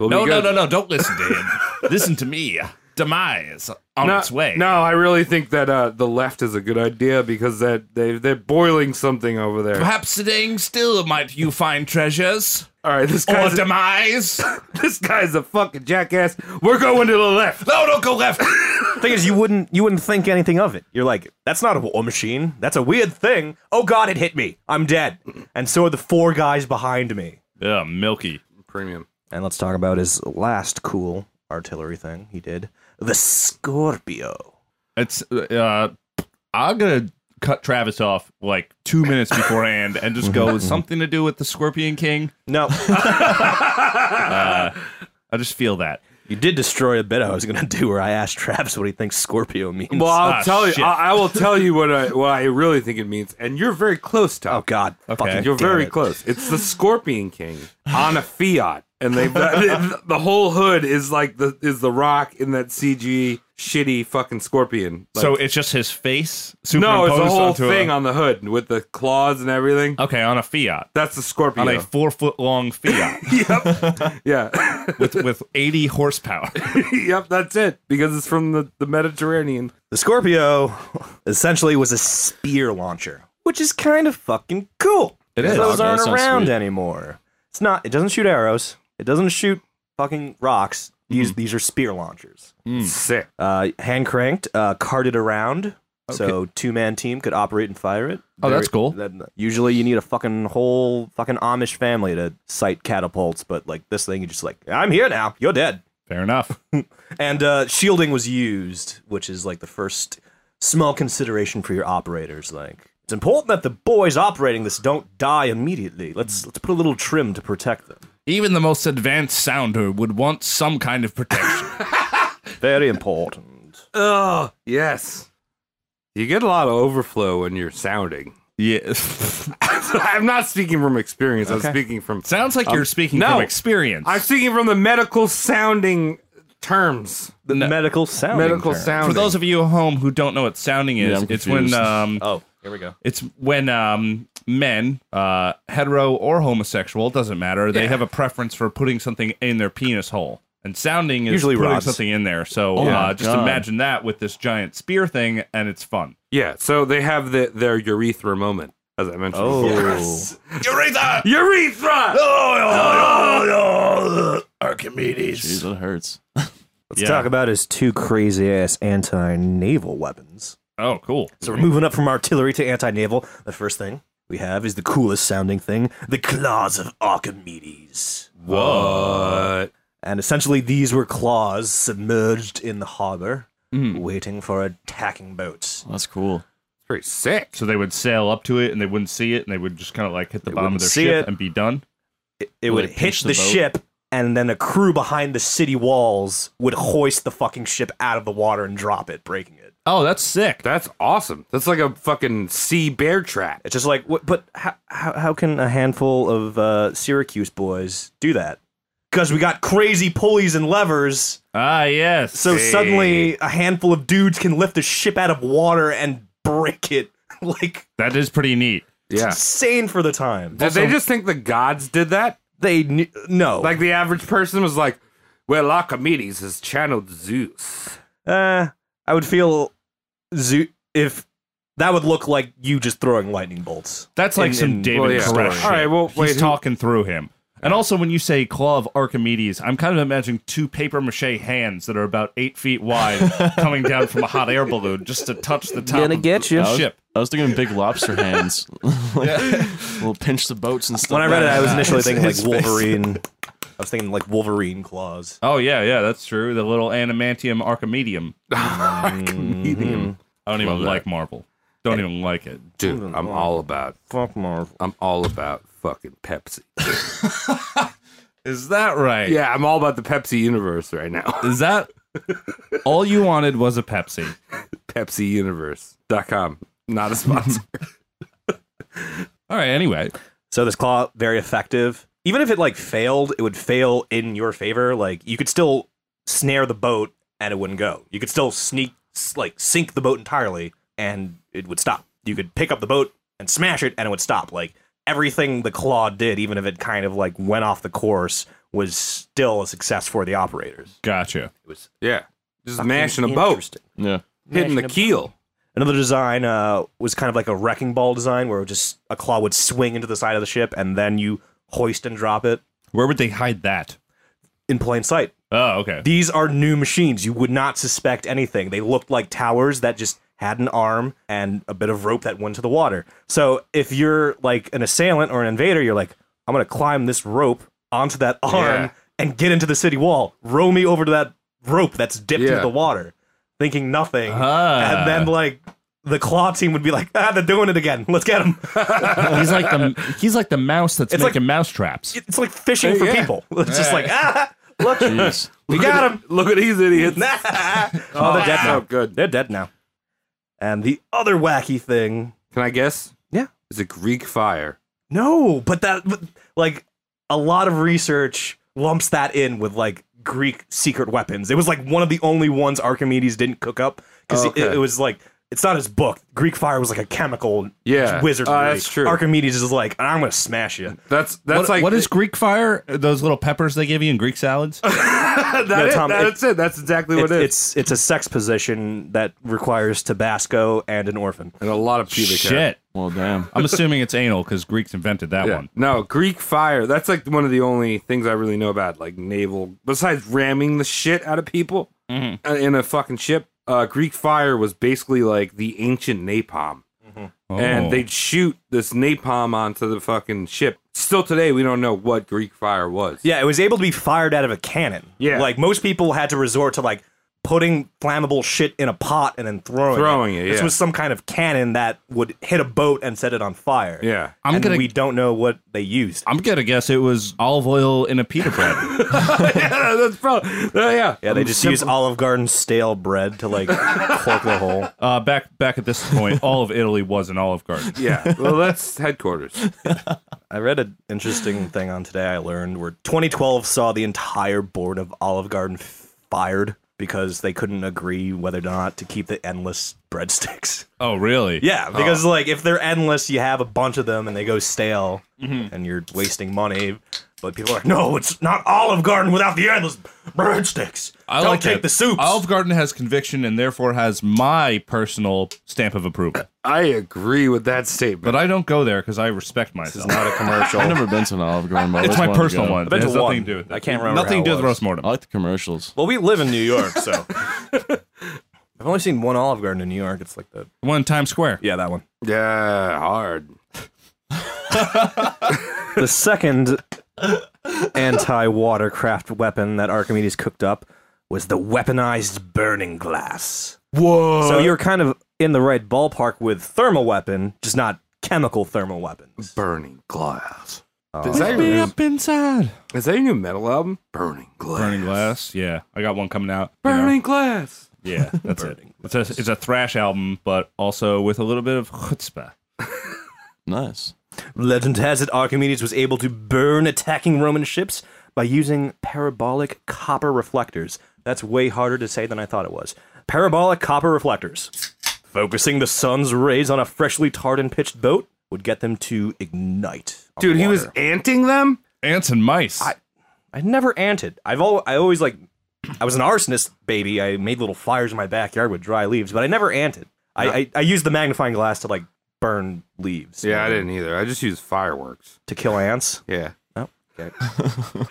A: We'll be
D: No, no,
A: good.
D: no, no! Don't listen to him.
G: Listen to me.
D: Demise on
A: No,
D: its way.
A: no, I really think that uh, the left is a good idea because that they they're boiling something over there.
D: Perhaps sitting still might you find treasures
A: All right, this
D: or
A: guy's
D: demise.
A: this guy's a fucking jackass. We're going to the left.
D: No, don't go left.
H: thing is, you wouldn't you wouldn't think anything of it. You're like, that's not a war machine. That's a weird thing. Oh God, it hit me. I'm dead. And so are the four guys behind me.
G: Yeah, milky.
A: Premium.
H: And let's talk about his last cool artillery thing he did, the Scorpio.
G: It's uh I'm gonna cut Travis off like two minutes beforehand and just go something to do with the Scorpion King.
H: No,
G: I just feel that.
H: you did destroy a bit I was gonna do where I asked Travis what he thinks Scorpio means.
A: Well, I'll
G: Ah,
A: tell
G: shit.
A: you. I, I will tell you what I what I really think it means, and you're very close, Tom.
H: oh God, fucking
A: You're
H: damn
A: very
H: it.
A: close. It's the Scorpion King on a Fiat, and they the, the whole hood is like the is the Rock in that CG shitty fucking scorpion. Like-
G: so it's just his face
A: no, it's
G: superimposed
A: the whole
G: onto
A: thing
G: A,
A: on the hood with the claws and everything.
G: okay, on a Fiat,
A: That's the Scorpio.
G: on a four foot long Fiat
A: yeah.
G: with with eighty horsepower.
A: yep, that's it. Because it's from the, the Mediterranean.
H: The Scorpio essentially was a spear launcher, which is kind of fucking cool. It
I: is.
H: Those
I: Okay, that
H: aren't
I: sounds
H: around
I: sweet.
H: anymore. It's not. It doesn't shoot arrows. It doesn't shoot fucking rocks.
I: Hmm.
H: These these are spear launchers.
G: Hmm.
A: Sick.
H: Uh, hand cranked, uh, carted around, so two man team could operate and fire it.
G: Oh, that's cool.
H: That- usually you need a fucking whole fucking Amish family to sight catapults, but like this thing, you just like I'm here now. You're dead.
G: Fair enough.
H: And uh, shielding was used, which is like the first small consideration for your operators. Like it's important that the boys operating this don't die immediately. Let's let's put a little trim to protect them.
G: Even the most advanced sounder would want some kind of protection.
H: Very important.
A: Oh, yes. You get a lot of overflow when you're sounding.
G: yeah,
A: I'm not speaking from experience. I'm speaking from.
G: sounds like you're speaking
A: Um, no.
G: from experience.
A: I'm speaking from the medical sounding terms.
H: The medical sound.
A: medical sounding.
G: For those of you at home who don't know what sounding
I: Yeah,
G: is,
I: I'm
G: it's when
I: confused.
G: um,
H: Oh, here we go.
G: It's when um, men, uh, hetero or homosexual, doesn't matter. They have a preference for putting something in their penis hole, and sounding is
H: Usually
G: putting
H: rods.
G: something in there. So
I: my
G: uh, just
I: God.
G: imagine that with this giant spear thing, and it's fun.
A: yeah, so they have the, their urethra moment, as I mentioned.
H: Oh,
A: before.
D: Urethra!
A: urethra.
I: Jeez,
D: Archimedes.
I: that hurts.
H: let's talk about his two crazy ass anti-naval weapons.
G: Oh, cool.
H: So we're moving up from artillery to anti-naval. The first thing we have is the coolest sounding thing: the claws of Archimedes.
A: What?
H: And essentially, these were claws submerged in the harbor, waiting for attacking boats.
I: That's cool.
A: Pretty sick.
G: So they would sail up to it, and they wouldn't see it, and they would just kind of like hit the bottom of
H: wouldn't
G: their
H: see
G: ship
H: it.
G: and be done.
H: It, it
I: Well,
H: would
I: they
H: hit
I: pitched
H: the,
I: the boat.
H: ship, and then a crew behind the city walls would hoist the fucking ship out of the water and drop it, breaking it.
G: Oh, that's sick.
A: That's awesome. That's like a fucking sea bear trap.
H: It's just like, what, but how, how, how can a handful of uh, Syracuse boys do that? Because we got crazy pulleys and levers,
G: ah, yes.
H: so suddenly a handful of dudes can lift the ship out of water and break it. Like,
G: that is pretty neat.
A: Yeah.
H: insane for the time.
A: Did they just think the gods did that?
H: They knew, no.
A: Like the average person was like, "Well, Archimedes has channeled Zeus."
H: Uh, I would feel zoo if that would look like you just throwing lightning bolts.
G: That's like
H: in-
G: some
H: in-
G: David
A: well, yeah.
G: Koresh.
A: All right, well,
G: he's
A: wait, who-
G: talking through him. And also, when you say claw of Archimedes, I'm kind of imagining two paper mache hands that are about eight feet wide coming down from a hot air balloon just to touch the top of
H: get you.
G: the
I: I was,
G: ship.
I: I was thinking big lobster hands. like, Little pinch the boats and stuff.
H: When I read it, I was initially thinking like
I: His face.
H: Wolverine. I was thinking like Wolverine claws.
G: Oh, yeah, yeah, that's true. The little animantium Archimedium.
A: Medium.
G: Mm-hmm. I don't even like Marvel. Don't even like it.
A: Dude, I'm all about.
H: Fuck Marvel.
A: I'm all about fucking Pepsi.
G: Is that right?
A: Yeah, I'm all about the Pepsi universe right now.
G: Is that all you wanted was a Pepsi?
A: PepsiUniverse.com. Not a sponsor.
G: All right, anyway.
H: So this claw very effective. Even if it like failed, it would fail in your favor. Like you could still snare the boat and it wouldn't go. You could still sneak s- like sink the boat entirely and it would stop. You could pick up the boat and smash it and it would stop. Like everything the claw did, even if it kind of like went off the course, was still a success for the operators.
G: Gotcha.
A: yeah, just mashing a boat,
I: Yeah.
A: hitting the keel.
H: Another design uh, was kind of like a wrecking ball design where it just a claw would swing into the side of the ship and then you hoist and drop it
G: Where would they hide that?
H: in plain sight.
G: Oh, okay.
H: These are new machines. You would not suspect anything. They looked like towers that just had an arm and a bit of rope that went to the water. So if you're like an assailant or an invader, you're like, I'm going to climb this rope onto that arm
A: Yeah.
H: and get into the city wall. Row me over to that rope that's dipped
A: Yeah.
H: into the water, thinking nothing.
G: Ah.
H: And then like the claw team would be like, ah, they're doing it again. Let's get them.
G: He's like the he's like the mouse that's
H: It's like-
G: making mouse traps.
H: it's like fishing for
A: Yeah.
H: people. It's just like, ah, look,
I: Jeez.
H: we got him.
A: Look at these idiots.
H: oh, they're dead
A: so
H: now.
A: good.
H: They're dead now. And the other wacky thing.
A: Can I guess?
H: Yeah.
A: It's a Greek fire.
H: No, but that, but, like, a lot of research lumps that in with, like, Greek secret weapons. It was like one of the only ones Archimedes didn't cook up because it,
A: Oh, Okay.
H: it was like it's not his book. Greek fire was like a chemical
A: Yeah.
H: wizardry.
A: Oh, that's true.
H: Archimedes is like, I'm gonna smash you.
A: That's that's
G: what,
A: like
G: what is Greek fire? Those little peppers they give you in Greek salads?
A: that
H: No,
A: it?
H: Tom, it-
A: that's it. That's exactly
H: It's,
A: what it is.
H: it's it's a sex position that requires Tabasco and an orphan.
A: and a lot of pubic hair.
G: Shit.
I: Well, damn.
G: I'm assuming it's anal because Greeks invented that
A: Yeah.
G: one.
A: No, Greek fire. That's like one of the only things I really know about, like naval. Besides ramming the shit out of people uh, in a fucking ship, uh, Greek fire was basically like the ancient napalm,
G: Oh.
A: and they'd shoot this napalm onto the fucking ship. Still today, we don't know what Greek fire was.
H: Yeah, it was able to be fired out of a cannon.
A: Yeah.
H: Like most people had to resort to like putting flammable shit in a pot and then throwing
A: Throwing
H: it.
A: it,
H: This
A: yeah.
H: was some kind of cannon that would hit a boat and set it on fire.
A: yeah.
G: I'm
H: and
G: gonna-
H: we don't know what they used.
G: I'm gonna guess it was olive oil in a pita bread.
A: yeah, that's probably uh, yeah.
H: Yeah, they just use Olive Garden stale bread to like cork the hole.
G: uh, back back at this point, all of Italy was an Olive Garden.
A: Yeah, well, that's headquarters.
H: I read an interesting thing on today I learned where 2012 saw the entire board of Olive Garden fired because they couldn't agree whether or not to keep the endless breadsticks.
G: Oh, really?
H: Yeah, because like if they're endless, you have a bunch of them and they go stale,
G: Mm-hmm.
H: and you're wasting money. But people are like, no, it's not Olive Garden without the endless breadsticks.
G: I
H: Don't
G: like
H: take
G: that.
H: the soups.
G: Olive Garden has conviction and therefore has my personal stamp of approval.
A: I agree with that statement.
G: But I don't go there because I respect myself.
H: It's not a commercial.
I: I've never been to an Olive Garden, but I always
G: it's my
I: wanted to
G: personal
I: go.
G: one. It
H: been
G: has
H: to
G: nothing
H: one.
G: to do with
H: I can't remember
G: Nothing
H: how
G: to do
H: it
G: with
H: was.
G: roast mortem.
I: I like the commercials.
H: well, we live in New York, so I've only seen one Olive Garden in New York. It's like the
G: One in Times Square.
H: yeah, that one.
A: yeah, hard.
H: the second anti-watercraft weapon that Archimedes cooked up was the weaponized burning glass. Whoa! So you're kind of in the right ballpark with thermal weapon, just not chemical thermal weapons.
A: Burning glass. Is, that your,
G: Up inside.
A: is that your new metal album? Burning glass.
G: Burning glass. Yeah, I got one coming out. you know.
A: Burning glass.
G: Yeah, that's it. It's a, it's a thrash album, but also with a little bit of chutzpah.
I: Nice.
H: Legend has it Archimedes was able to burn attacking Roman ships by using parabolic copper reflectors. That's way harder to say than I thought it was. Parabolic copper reflectors. Focusing the sun's rays on a freshly tarred and pitched boat would get them to ignite. on
A: Dude, he was
H: water.
A: anting them?
G: Ants and mice.
H: I never anted. I've al- I always like I was an arsonist baby. I made little fires in my backyard with dry leaves, but I never anted. I, I I used the magnifying glass to like burn leaves.
A: Yeah, I didn't either. I just used fireworks.
H: to kill ants.
A: Yeah.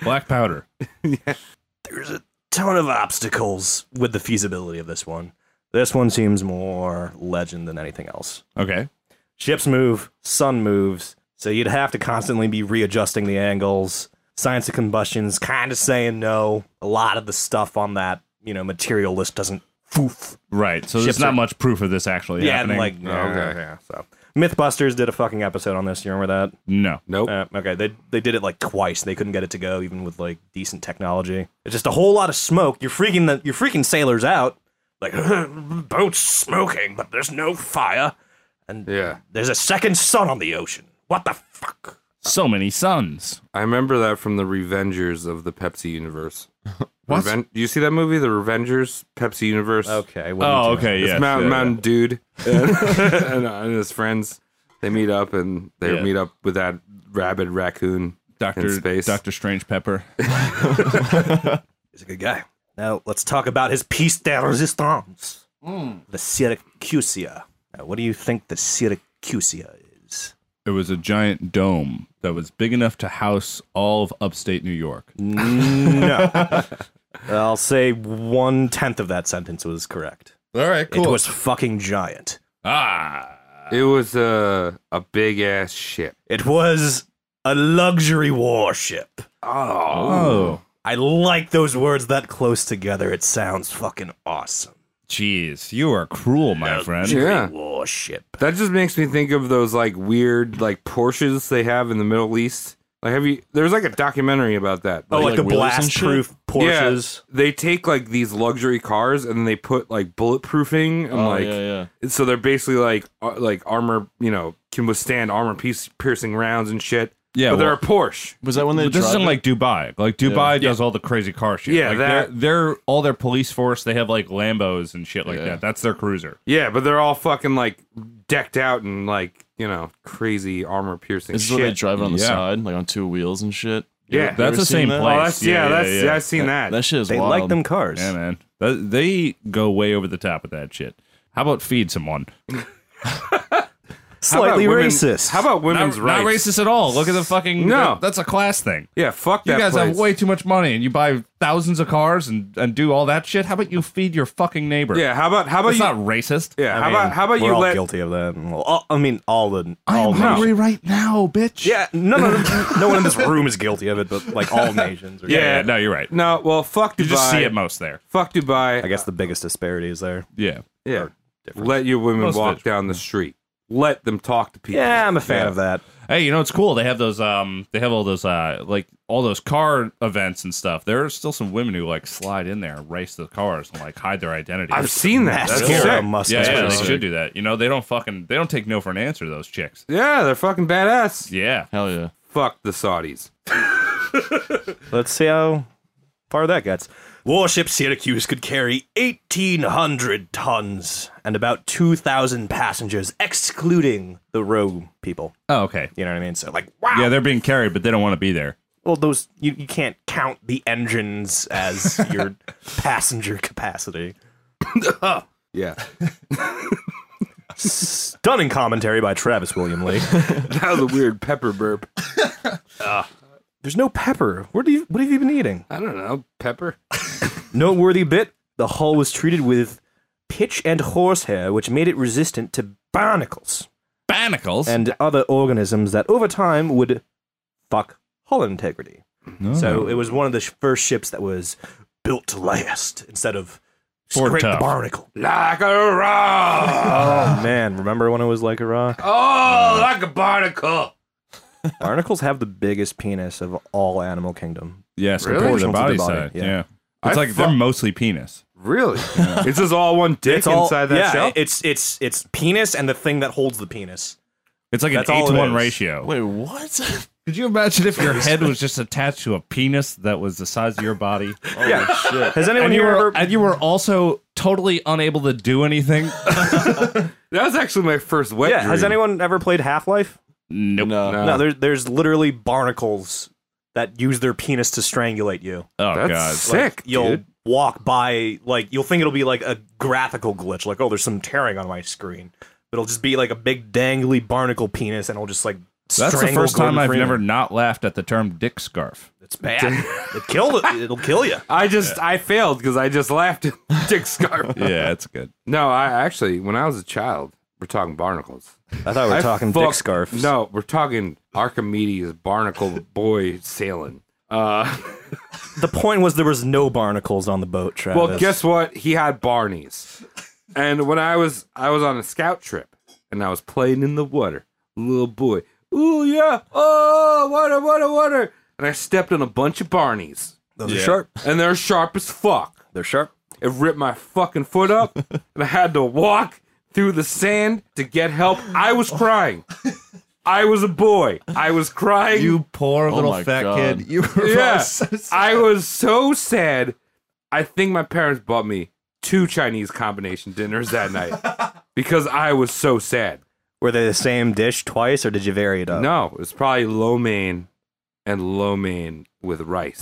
G: Black powder.
H: there's a ton of obstacles with the feasibility of this one. This one seems more legend than anything else.
G: Okay.
H: Ships move, sun moves, so you'd have to constantly be readjusting the angles. Science of combustion's kind of saying no. A lot of the stuff on that, you know, material list doesn't foof.
G: Right. So
H: Ships
G: there's not
H: are-
G: much proof of this actually
H: Yeah,
G: happening.
H: and like, yeah,
A: okay.
H: yeah, so. Mythbusters did a fucking episode on this. You remember that?
G: no.
A: Nope.
H: Uh, okay, they they did it like twice. They couldn't get it to go, even with like decent technology. It's just a whole lot of smoke. You're freaking the you're freaking sailors out. Like boats smoking, but there's no fire, and
A: yeah.
H: there's a second sun on the ocean. What the fuck?
G: So many suns.
A: I remember that from the Revengers of the Pepsi universe. Reven- Do you see that movie, The Revengers, Pepsi universe?
H: Okay.
G: Oh, okay.
A: It's
G: Yeah.
A: Mountain, Mountain Dude and, and, uh, and his friends. They meet up and they
G: Yeah.
A: meet up with that rabid raccoon in
G: Doctor
A: space.
G: Doctor Strange Pepper.
H: He's a good guy. Now let's talk about his piece de resistance, the Syracusia. Now, what do you think the Syracusia is?
G: It was a giant dome that was big enough to house all of upstate New York.
H: No. I'll say one tenth of that sentence was correct.
G: All right.
H: It was fucking giant.
G: ah.
A: It was a, a big ass ship.
H: It was a luxury warship.
G: Oh.
H: I like those words that close together. It sounds fucking awesome.
G: Jeez, you are cruel, my friend.
A: Yeah.
H: Warship.
A: That just makes me think of those like weird like Porsches they have in the Middle East. Like have you there's like a documentary about that.
H: Oh, like,
I: like
H: the
I: wheels and
H: blast proof
A: Yeah,
H: Porsches.
A: they take like these luxury cars and then they put like bulletproofing and
I: Oh,
A: like
I: yeah, yeah.
A: so uh, they're basically like ar- like armor you know can withstand armor piece piercing rounds and shit.
J: Yeah,
A: but they're
J: well,
A: a Porsche.
I: Was that when they?
G: But this
I: tried
G: isn't
I: it?
G: like Dubai. Like Dubai does all the crazy car shit.
A: Yeah,
G: like
A: that-
G: they're, they're all their police force. They have like Lambos and shit like
I: Yeah.
G: that. That's their cruiser.
A: Yeah, but they're all fucking like decked out in like you know crazy armor piercing
I: This is where they
A: shit.
I: drive it on the
G: Yeah.
I: side, like on two wheels and shit.
A: Yeah.
I: You ever- you
G: That's
I: ever
G: the same
I: seen that?
A: Oh,
G: place.
A: that's yeah,
G: Yeah,
A: that's
G: yeah, yeah.
A: I've seen that.
I: That shit is
H: They
I: wild.
H: like them cars.
G: Yeah, man. That, they go way over the top with that shit. How about feed someone?
A: How about
H: Slightly
A: women-
H: racist.
A: How about women's
G: Not,
A: rights?
G: not racist at all. Look at the fucking.
A: No.
G: that- that's a class thing.
A: Yeah, fuck
G: You
A: that
G: guys
A: place.
G: have way too much money and you buy thousands of cars and, and do all that shit. How about you feed your fucking neighbor?
A: yeah, how about how about
G: That's
A: you?
G: not racist.
A: yeah,
H: I
A: how
H: mean,
A: about how about
H: we're
A: you
H: all
A: let?
H: guilty of that? Well, all, I mean, all the all
G: I'm
H: the
G: hungry right now, bitch.
H: Yeah, no, no, no, no one in this room is guilty of it, but like all nations. Are
A: Yeah.
G: Yeah, no, you're right.
A: No, well, fuck Dubai.
G: You just see it most there.
A: Fuck Dubai.
H: I guess the biggest disparity is there.
G: Yeah.
A: yeah. Let your women
G: Most of
A: walk
G: it.
A: down the street. Let them talk to people.
H: Yeah, I'm a fan
A: Yeah.
H: of that.
G: Hey, you know it's cool. They have those um they have all those uh like all those car events and stuff. There are still some women who like slide in there and race the cars and like hide their identity.
A: I've seen that. That's
H: Mascara
A: sick.
H: must
G: yeah,
H: be
G: yeah,
H: pretty
G: they
H: sick.
G: should do that. You know, they don't fucking they don't take no for an answer, those chicks.
A: Yeah, they're fucking badass.
G: Yeah.
I: Hell yeah.
A: Fuck the Saudis.
H: Let's see how far that gets. Warship Syracuse could carry 1,800 tons and about 2,000 passengers, excluding the row people.
G: Oh, okay.
H: You know what I mean? So, like, wow.
G: Yeah, they're being carried, but they don't want to be there.
H: well, those you, you can't count the engines as your passenger capacity.
A: Yeah.
H: Stunning commentary by Travis William Lee.
A: that was a weird pepper burp.
H: There's no pepper. What do you? What have you been eating?
A: I don't know. Pepper?
H: Noteworthy bit the hull was treated with pitch and horsehair, which made it resistant to barnacles
G: Barnacles.
H: and other organisms that over time would fuck hull integrity. So it was one of the sh- first ships that was built to last instead of
G: Ford
H: scrape the
G: tough.
H: barnacle.
A: Like a rock.
H: Oh man, remember when it was like a rock?
A: Oh, like a barnacle.
H: Barnacles have the biggest penis of all animal kingdom.
G: yes,
A: Really?
G: compared to the body,
H: Proportional
G: side. Yeah. It's
A: I
G: like
A: fu-
G: they're mostly penis.
A: Really? it's just all one dick
H: all-
A: inside that
H: yeah,
A: shell?
H: It's it's it's penis and the thing that holds the penis.
G: It's like
H: That's
G: an eight
H: all
G: to
H: it
G: one
H: is.
G: ratio.
I: Wait, what?
G: Could you imagine if your head was just attached to a penis that was the size of your body?
H: yeah. Has anyone
G: and you
H: here
G: were
H: ever
G: and you were also totally unable to do anything. Oh,
A: that was actually my first wet
H: Yeah, has
A: dream.
H: anyone ever played Half Life?
G: nope.
I: No.
A: No.
H: No, there's there's literally barnacles that use their penis to strangulate you.
G: Oh
A: That's
G: god.
A: sick,
H: You'll
A: dude.
H: walk by like you'll think it'll be like a graphical glitch, like oh there's some tearing on my screen. But it'll just be like a big dangly barnacle penis, and it'll just like
G: That's the
H: strangle
G: first time
H: Gordon
G: I've
H: Freeman.
G: never not laughed at the term dick scarf.
H: It's bad. it killed it. It'll kill you.
A: I just, I failed because I just laughed at dick scarf.
G: Yeah, it's good.
A: No, I actually, when I was a child, we're talking barnacles.
H: I thought we Oh, were
A: I
H: talking
A: fuck-
H: dick scarves.
A: No, we're talking Archimedes barnacle boy sailing. Uh,
H: The point was there was no barnacles on the boat, Travis.
A: well, guess what? He had Barney's. And when I was, I was on a scout trip, and I was playing in the water, little boy. Ooh yeah, oh water, water, water. And I stepped on a bunch of Barneys,
H: those are sharp.
A: and they're sharp as fuck.
H: They're sharp.
A: It ripped my fucking foot up, and I had to walk through the sand to get help. I was crying. I was a boy. I was crying.
G: poor
I: little my fat God. kid.
G: You were
A: yeah. I was so sad. I think my parents bought me two Chinese combination dinners that night because I was so sad.
H: Were they the same dish twice, or did you vary it up?
A: No, it was probably lo mein and lo mein with rice.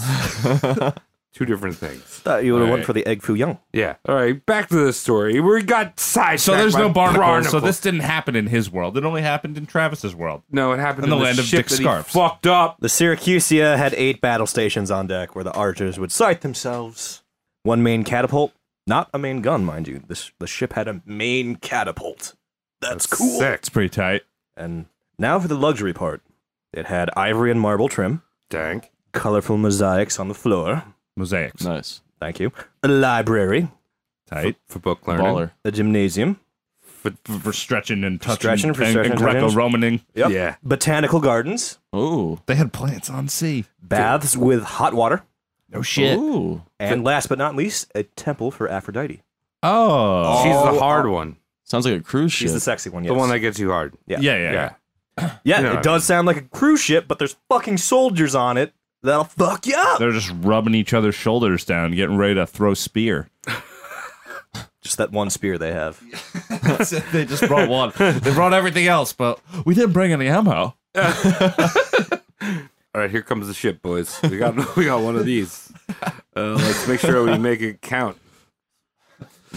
A: two different things.
H: thought you would have
G: All
H: went
G: right.
H: for the egg foo young.
A: Yeah. All right. Back to the story. We got sidetracked.
G: So there's
A: by
G: no barnacles. So
A: barnacles.
G: this didn't happen in his world. It only happened in Travis's world.
A: No, it happened in,
G: In the
A: the,
G: land of
A: ship
G: Dick
A: that he
G: Scarves.
A: Fucked up.
H: The Syracusia had eight battle stations on deck where the archers would sight themselves. One main catapult, not a main gun, mind you. This the ship had a main catapult. That's, cool.
A: Sick.
G: It's pretty tight.
H: And now for the luxury part. It had ivory and marble trim,
A: Dank.
H: colorful mosaics on the floor.
G: Mosaics.
I: nice.
H: Thank you. A library,
G: Tight.
A: For book learning.
I: Baller.
H: a gymnasium,
G: For, for stretching and touching
H: Stretching,
G: and,
H: for stretching
G: and
H: and touching.
G: Greco-Romaning.
H: Yep.
A: Yeah.
H: botanical gardens,
I: Ooh.
G: They had plants on sea.
H: baths with hot water,
G: No shit.
I: Ooh.
H: and last but not least, a temple for Aphrodite.
G: Oh.
A: She's the hard one.
I: Sounds like a cruise
H: She's the
I: ship.
H: sexy one, yes.
A: The one that gets you hard.
H: yeah.
G: Yeah, yeah, yeah.
A: Yeah.
H: Yeah,
A: know what I
H: it does sound like a cruise ship, but there's fucking soldiers on it that'll fuck you up.
G: They're just rubbing each other's shoulders down, getting ready to throw spear.
H: Just that one spear they have.
G: they just brought one. They brought everything else, but we didn't bring any ammo.
A: All right, here comes the ship, boys. We got we got one of these. Uh, let's make sure we make it count,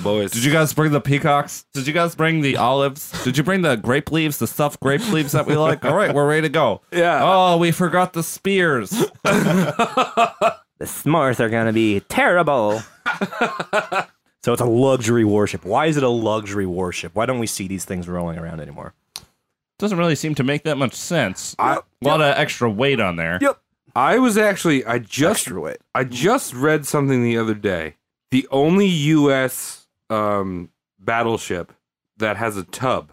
A: boys.
G: Did you guys bring the peacocks? Did you guys bring the olives? Did you bring the grape leaves, the stuffed grape leaves that we like? All right, we're ready to go.
A: Yeah.
G: Oh, we forgot the spears.
J: The s'mores are gonna be terrible.
H: So it's a luxury warship. Why is it a luxury warship? Why don't we see these things rolling around anymore?
G: Doesn't really seem to make that much sense.
A: I-
G: a lot of extra weight on there.
H: Yep.
A: I was actually I just
H: Extra weight.
A: I just read something the other day. The only U.S. Um, battleship that has a tub.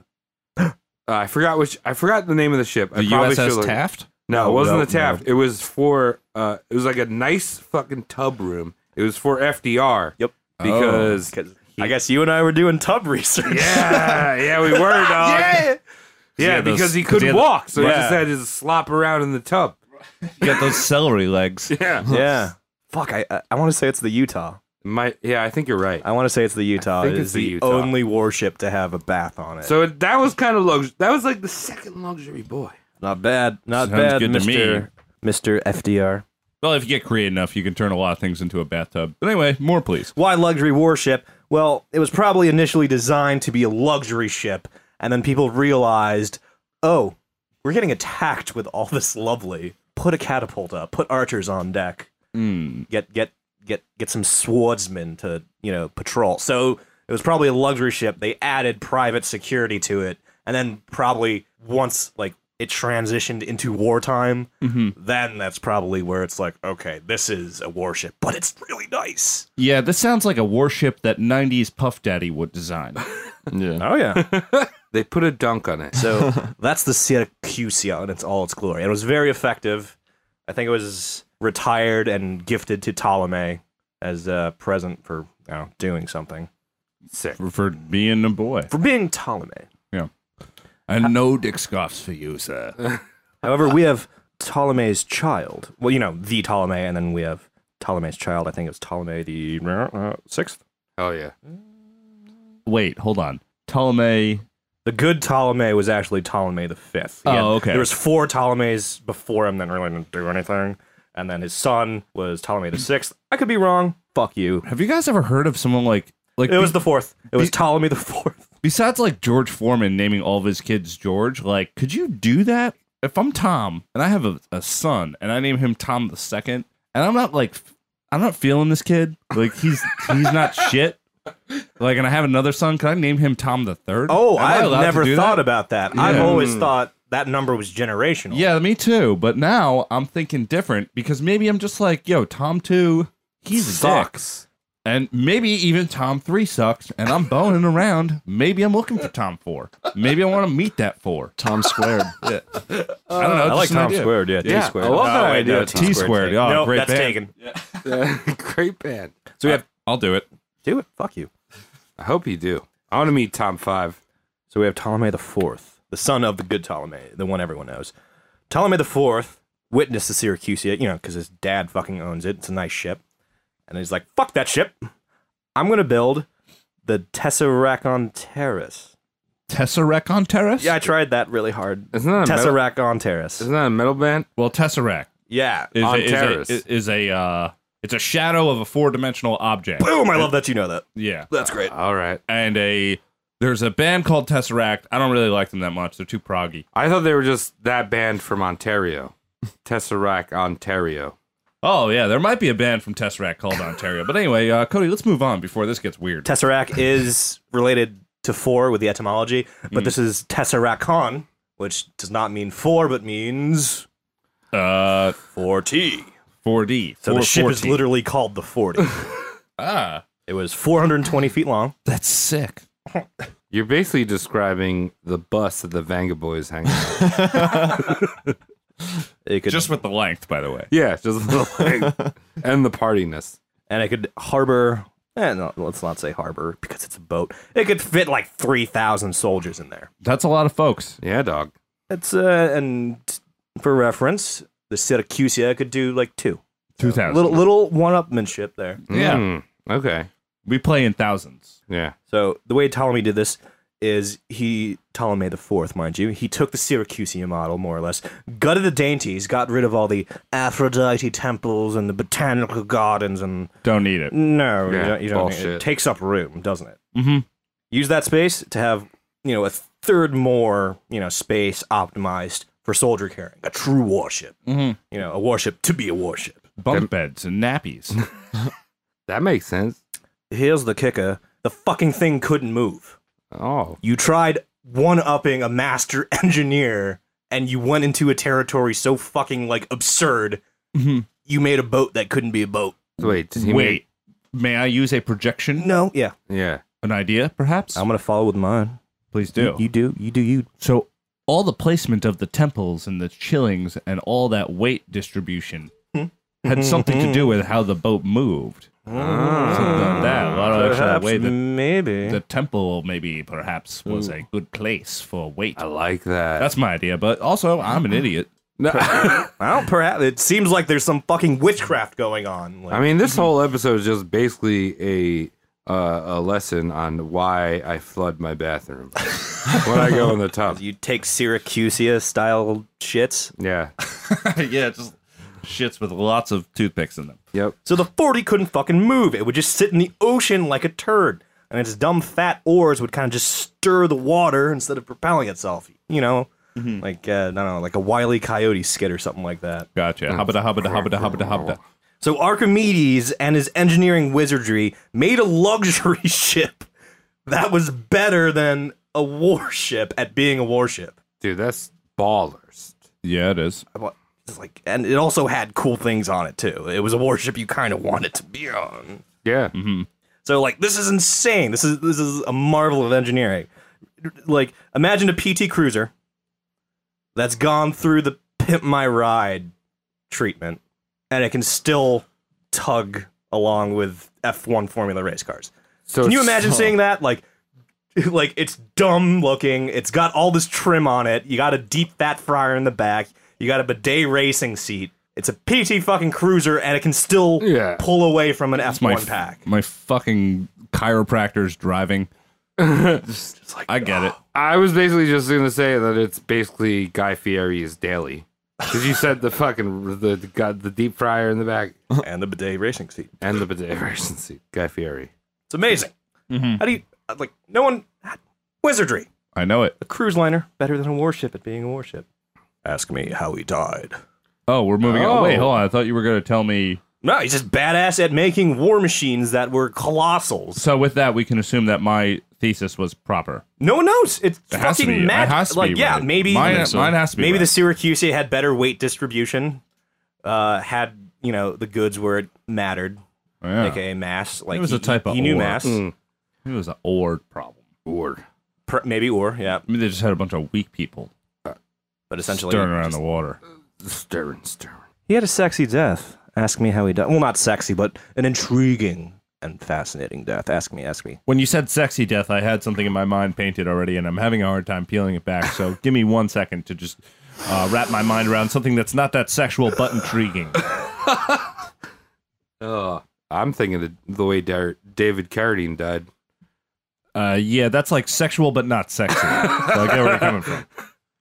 A: Uh, I forgot which. I forgot the name of the ship.
G: The
A: I probably should
G: USS
A: look-
G: Taft.
A: No, it wasn't
H: no,
A: the Taft. It was for. Uh, it was like a nice fucking tub room. It was for FDR.
H: Yep.
A: Because
H: Because I guess you and I were doing tub research.
A: yeah, yeah, we were dog.
H: Yeah.
A: Yeah,
G: those-
A: because he
G: 'cause
A: couldn't
G: he had the-
A: walk, so he
H: Yeah.
A: just had to slop around in the tub.
G: You got those celery legs.
A: Yeah,
H: Yeah. Fuck, I I, I want to say it's the Utah.
A: my yeah, I think you're right.
H: I want to say it's the Utah.
A: think
H: It
A: it's
H: is
A: the
H: the,
A: Utah.
H: only warship to have a bath on it.
A: So it- that was kind of luxury. That was like the second luxury boy.
H: not bad. Not
G: Sounds
H: bad,
G: good to me.
H: Mr. Mr. FDR.
G: Well, if you get creative enough, you can turn a lot of things into a bathtub. But anyway, more please.
H: Why luxury warship? Well, it was probably initially designed to be a luxury ship, and then people realized, oh, we're getting attacked with all this lovely. Put a catapult up. Put archers on deck. Get get get get some swordsmen to you know patrol. So it was probably a luxury ship. They added private security to it, and then probably once like it transitioned into wartime, then that's probably where it's like, okay, this is a warship, but it's really nice.
G: Yeah, this sounds like a warship that 90s Puff Daddy would design.
I: Yeah.
H: Oh yeah.
A: They put a dunk on it.
H: so that's the Syracusia in its all its glory. It was very effective. I think it was retired and gifted to Ptolemy as a present for you know, doing something
A: Sick.
G: for, for being a boy.
H: for being Ptolemy.
G: And no dick scoffs for you, sir.
H: However, we have Ptolemy's child. Well, you know the Ptolemy, and then we have Ptolemy's child. I think it was Ptolemy the uh, sixth.
A: Oh yeah.
G: Wait, hold on. Ptolemy.
H: The good Ptolemy was actually Ptolemy the fifth. He
G: Oh,
H: had-
G: okay.
H: There was four Ptolemies before him that really didn't do anything, and then his son was Ptolemy the sixth. I could be wrong. Fuck you.
G: Have you guys ever heard of someone like like
H: It was
G: be-
H: the fourth. It was Ptolemy the fourth.
G: besides like George Foreman naming all of his kids George? Like, could you do that? If I'm Tom and I have a, a son and I name him Tom the second, and I'm not like f- I'm not feeling this kid. Like he's he's not shit. Like, and I have another son. Can I name him Tom the third?
H: Oh,
G: Am I
H: I've
G: allowed to
H: never
G: do
H: thought
G: that?
H: about that. I've
G: Yeah.
H: always thought that number was generational.
G: Yeah, me too. But now I'm thinking different because maybe I'm just like, yo, Tom two, he's sucks, and maybe even Tom three sucks, and I'm boning around. Maybe I'm looking for Tom four. Maybe I want to meet that four.
I: Tom squared.
G: I don't know.
H: I like
G: just an
H: Tom
G: idea.
H: squared. Yeah, T
A: Yeah,
H: squared.
A: I love that
H: wait,
A: idea.
H: no,
A: T
G: T squared. Oh,
H: Nope,
G: great
H: that's
G: band.
H: taken.
A: Great band.
H: So we have
G: I'll do it.
H: do it. Fuck you.
A: I hope you do. I want to meet Tom Five.
H: So we have Ptolemy the Fourth, the son of the good Ptolemy, the one everyone knows. Ptolemy the Fourth witnessed the Syracusia, you know, because his dad fucking owns it. It's a nice ship, and he's like, "Fuck that ship! I'm gonna build the Tesseract Terrace."
G: Tesseract on terrace.
H: Yeah, I tried that really hard.
A: Isn't that a metal?
H: Tesseract Terrace.
A: Isn't that a metal band?
G: Well, tesseract
H: Yeah.
G: is
A: On
G: a, is a-
A: terrace.
G: is is a uh, it's a shadow of a four dimensional object.
H: Boom! I love that you know that.
G: Yeah.
H: That's great.
A: All right.
G: And a there's a band called Tesseract. I don't really like them that much. They're too proggy.
A: I thought they were just that band from Ontario, Tesseract, Ontario.
G: Oh yeah, there might be a band from Tesseract called Ontario. But anyway, uh, Cody, let's move on before this gets weird.
H: Tesseract is related to four with the etymology, but this is Tesseracon, which does not mean four, but means
G: Uh,
H: forty.
G: 4D.
H: So the ship is
G: 440.
H: literally called the 40.
G: ah,
H: it was 420 feet long.
G: that's sick.
A: You're basically describing the bus that the Vanga Boys hang out. with.
H: It could
G: Just with the length, by the way.
A: yeah, just like, and the partiness.
H: and it could harbor. Eh, no, let's not say harbor because it's a boat. It could fit like 3,000 soldiers in there.
G: That's a lot of folks.
A: Yeah, dog.
H: That's uh, and for reference, the Syracusia could do like two.
G: Two thousand.
H: Little little one-upmanship there.
G: Yeah.
A: Hmm. okay.
G: We play in thousands.
A: Yeah.
H: So the way Ptolemy did this is he Ptolemy the Fourth, mind you, he took the Syracusian model more or less, gutted the dainties, got rid of all the Aphrodite temples and the botanical gardens, and
G: Don't need
H: Mm.
G: it.
H: no, you
A: Yeah,
H: don't, you don't need- it
A: bullshit.
H: takes up room, doesn't it?
G: Mm-hmm.
H: Use that space to have you know a third more you know space optimized for soldier carrying, a true warship,
A: Mm-hmm.
G: Mhm.
H: you know, a warship to be a warship.
G: Bunk beds and nappies.
A: That makes sense.
H: Here's the kicker: the fucking thing couldn't move.
A: Oh.
H: you tried one upping a master engineer and you went into a territory so fucking like absurd
G: Mhm.
H: you made a boat that couldn't be a boat
A: Wait. does he
G: Wait, may I use a projection?
H: no Um, yeah
A: make- yeah.
G: An idea, perhaps?
H: i'm gonna follow with mine
G: Please
H: you, you do you do you
G: So all the placement of the temples and the chillings and all that weight distribution
H: Hmm.
G: had something to do with how the boat moved. Something like that. A lot of actual
H: Ah. perhaps
G: way that
H: maybe
G: the temple maybe perhaps
H: Hmm.
G: was a good place for weight.
A: I like that.
G: That's my idea, but also I'm an
H: Hmm.
G: idiot.
H: i don't perhaps it seems like there's some fucking witchcraft going on like,
A: I mean, this whole episode is just basically a uh, a lesson on why I flood my bathroom when I go in the tub.
H: you take syracusia style shits
A: Yeah.
G: yeah, just shits with lots of toothpicks in them.
A: Yep.
H: So the 40 couldn't fucking move. It would just sit in the ocean like a turd. And its dumb fat oars would kind of just stir the water instead of propelling itself. You know? Like, uh, I don't know, like a wily coyote skit or something like that.
G: Gotcha. Hubbada, hubbada, hubbada, hubbada, hubbada.
H: So Archimedes and his engineering wizardry made a luxury ship that was better than a warship at being a warship.
A: Dude, that's ballers.
G: Yeah, it is.
H: I want- It's like, and it also had cool things on it too. It was a warship you kind of wanted to be on.
A: Yeah.
H: So like this is insane. This is this is a marvel of engineering. Like imagine a PT Cruiser that's gone through the pimp my ride treatment and it can still tug along with F1 formula race cars.
A: So
H: Can you
A: it's-
H: imagine seeing that like like it's dumb looking. It's got all this trim on it. You got a deep fat fryer in the back. You got a bidet racing seat. It's a PT fucking cruiser and it can still
A: Yeah.
H: pull away from an
G: my
H: F1
G: f-
H: pack.
G: My fucking chiropractor's driving. Just- I get it.
A: I was basically just gonna say that it's basically Guy Fieri's daily. Because you said the fucking the the, got the deep fryer in the back
H: and the bidet racing seat.
A: and the bidet immersion seat. Guy Fieri.
H: It's amazing.
G: Mm-hmm.
H: How do you like? No one wizardry.
G: I know it.
H: A cruise liner better than a warship at being a warship. Ask me how he died.
G: Oh, we're moving on. Wait,
A: Oh.
G: hold on. I thought you were going to tell me.
H: No, he's just badass at making war machines that were colossal.
G: So with that, we can assume that my thesis was proper.
H: No one knows. It's
G: It has to
H: fucking
G: be. It
H: mad.
G: has to
H: like
G: be
H: yeah,
G: right.
H: maybe
G: mine, mine has to be.
H: maybe the
G: right.
H: Syracusa had better weight distribution. Uh, had you know the goods where it mattered,
G: Oh, Yeah.
H: aka mass. Like
G: It was
H: he,
G: a type of
H: he knew
G: ore.
H: mass.
G: It was an ord problem. Ord.
H: Per, maybe or yeah,
G: I mean, they just had a bunch of weak people
H: but essentially
G: stirring around the water.
A: Stern, stern.
H: He had a sexy death. Ask me how he died. Well, not sexy, but an intriguing and fascinating death. Ask me, ask me.
G: When you said sexy death, I had something in my mind painted already, and I'm having a hard time peeling it back. So give me one second to just uh, wrap my mind around something that's not that sexual but intriguing.
A: Ugh. I'm thinking the, the way Dar- David Carradine died.
G: Uh, yeah, that's like sexual but not sexy. so I get where you're coming from.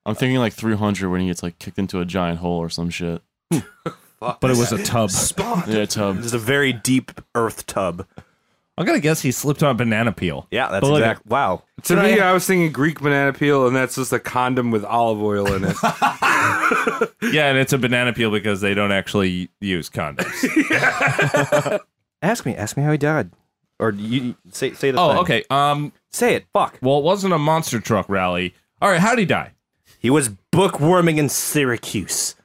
I: I'm thinking like 300 when he gets like kicked into a giant hole or some shit.
G: But it was a tub.
I: Yeah, tub.
H: This is a very deep earth tub.
G: I'm gonna guess he slipped on a banana peel.
H: Yeah, that's
G: But look,
H: exact. Wow.
A: To me, I was thinking Greek banana peel, and that's just a condom with olive oil in it.
G: Yeah, and it's a banana peel because they don't actually use condoms.
H: Ask me, ask me how he died. Or you say say the
G: oh,
H: thing.
G: okay. Um,
H: Say it. Fuck.
G: well, it wasn't a monster truck rally. All right, how'd he die?
H: He was bookworming in Syracuse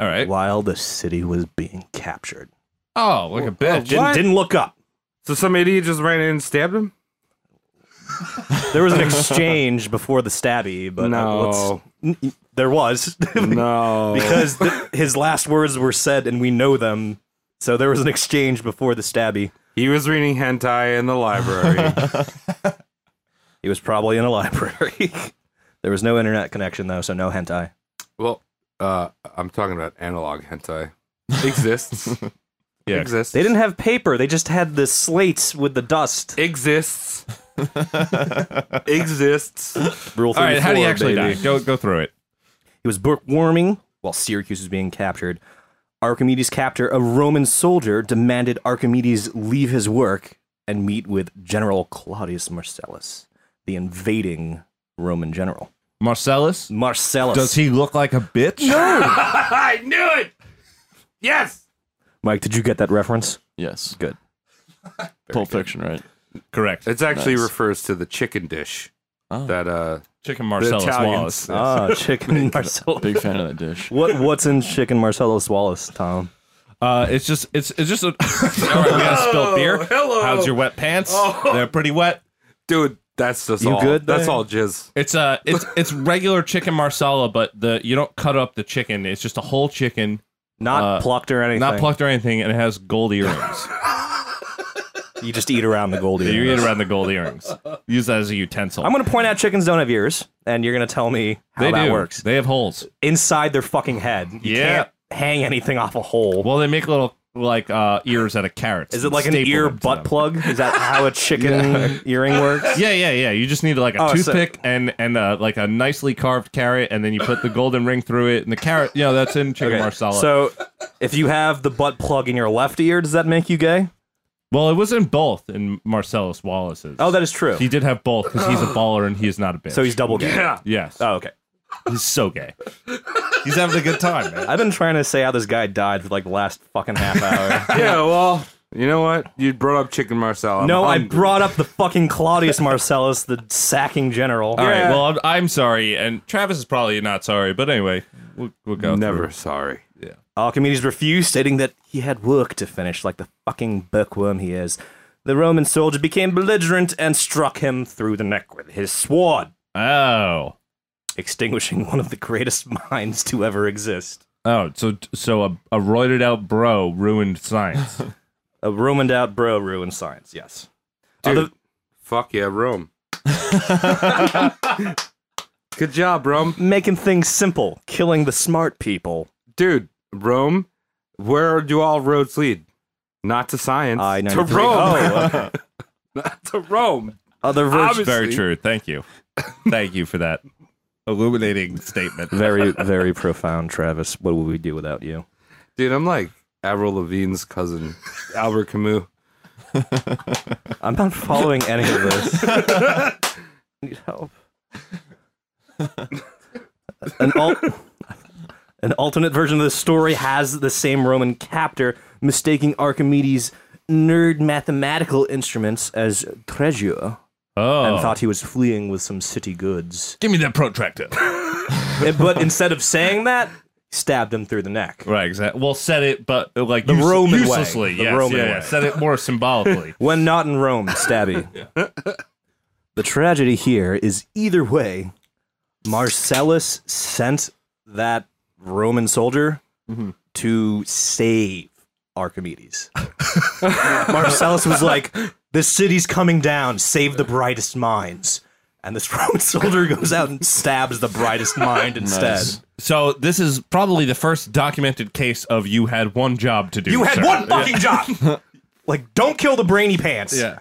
G: All right.
H: while the city was being captured.
G: Oh, like a bitch.
H: Didn't, didn't look up.
A: so some idiot just ran in and stabbed him?
H: There was an exchange before the stabby, but uh,
A: No.
H: let's- n- there was.
G: Oh.
A: No.
H: because th- his last words were said and we know them. So there was an exchange before the stabby.
A: he was reading hentai in the library.
H: He was probably in a library. There was no internet connection though, so no hentai.
A: Well, uh, I'm talking about analog hentai. Exists.
G: Yeah.
A: Exists.
H: They didn't have paper. They just had the slates with the dust.
A: Exists. Exists.
H: Rule
G: All right, how do you
H: 34,
G: actually
H: baby.
G: die? Go go through it.
H: He was bookworming while Syracuse was being captured. Archimedes' captor, a Roman soldier, demanded Archimedes leave his work and meet with General Claudius Marcellus, the invading Roman general.
G: Marcellus,
H: Marcellus.
G: does he look like a bitch?
A: I knew it. Yes.
H: Mike, did you get that reference?
I: Yes.
H: Good.
I: Pulp Fiction, right?
G: Correct.
A: It actually
I: Nice.
A: refers to the chicken dish that uh
G: Chicken
A: the
G: Marcellus
A: Italians.
G: Wallace.
H: Oh. Ah, chicken Marcellus.
I: Big fan of that dish.
H: What what's in chicken Marcellus Wallace, Tom?
G: Uh, it's just it's it's just a. All right, we gotta spill beer.
A: hello.
G: How's your wet pants?
H: Oh.
G: They're pretty wet.
A: Dude, that's just
H: You
A: all.
H: good
A: That's
H: there?
A: all jizz.
G: It's uh it's it's regular chicken marsala, but the you don't cut up the chicken. It's just a whole chicken,
H: Not
G: Uh,
H: plucked or anything.
G: not plucked or anything, and it has gold earrings.
H: You just eat around the gold
G: you
H: earrings.
G: eat around the gold earrings. Use that as a utensil.
H: I'm going to point out chickens don't have ears, and you're going to tell me how
G: they
H: that
G: do.
H: works.
G: They have holes.
H: Inside their fucking head. You
G: Yeah.
H: can't hang anything off a hole.
G: Well, they make little like uh ears out of carrots.
H: Is it like an
G: Staple
H: ear
G: them to
H: butt
G: them.
H: plug? Is that how a chicken earring works?
G: Yeah, yeah, yeah. You just need like a
H: Oh, so-
G: toothpick and and uh, like a nicely carved carrot, and then you put the golden ring through it, and the carrot. You know, that's in chicken
H: Okay,
G: marsala.
H: So, if you have the butt plug in your left ear, does that make you gay?
G: well, it was in both in Marcellus Wallace's.
H: Oh, that is true.
G: he did have both because he's a baller and he is not a bitch.
H: so he's double gay.
A: Yeah.
G: yes,
H: Oh, okay.
G: he's so gay. he's having a good time, man.
H: I've been trying to say how this guy died for like the last fucking half hour.
A: Yeah, well, you know what? You brought up chicken marsala. I'm
H: no, I
A: hungry.
H: brought up the fucking Claudius Marcellus, the sacking general.
G: All right. Well, I'm, I'm sorry, and Travis is probably not sorry, but anyway, we'll, we'll go.
A: Never
G: through.
A: sorry.
H: Archimedes refused, stating that he had work to finish, like the fucking bookworm he is. The Roman soldier became belligerent and struck him through the neck with his sword,
G: Oh,
H: extinguishing one of the greatest minds to ever exist.
G: oh. So so a, a roided out bro ruined science.
H: A ruined out bro ruined science, yes.
A: Dude,
H: Other-
A: fuck yeah, Rome. Good job, Rome.
H: Making things simple, killing the smart people.
A: Dude, Rome, where do all roads lead? Not to science.
H: I know.
A: to Rome.
H: Oh, okay.
A: to Rome.
H: Other
A: Obvi-
H: virtues.
G: Very
A: Obviously.
G: true. Thank you. Thank you for that illuminating statement.
H: Very, very profound, Travis. What would we do without you?
A: Dude, I'm like Avril Lavigne's cousin, Albert Camus.
H: I'm not following any of this. I need help. An, al- an alternate version of this story has the same Roman captor mistaking Archimedes' nerd mathematical instruments as treasure
G: Oh,
H: and thought he was fleeing with some city goods.
D: Give me that protractor.
H: Eh, but instead of saying that, stabbed him through the neck.
G: right. Exactly. Well, said it, but uh, like
H: The
G: use-
H: Roman way.
G: uselessly.
H: The
G: yes,
H: Roman
G: yeah, yeah.
H: way.
G: Said it more symbolically.
H: When not in Rome, stabby. The tragedy here is either way, Marcellus sent that Roman soldier
G: Mm-hmm.
H: to save Archimedes. Marcellus was like, The city's coming down, save the brightest minds. And this Roman soldier goes out and stabs the brightest mind instead.
G: so this is probably the first documented case of you had one job to do.
H: You had
G: sir.
H: one fucking job! Like, don't kill the brainy pants.
G: Yeah.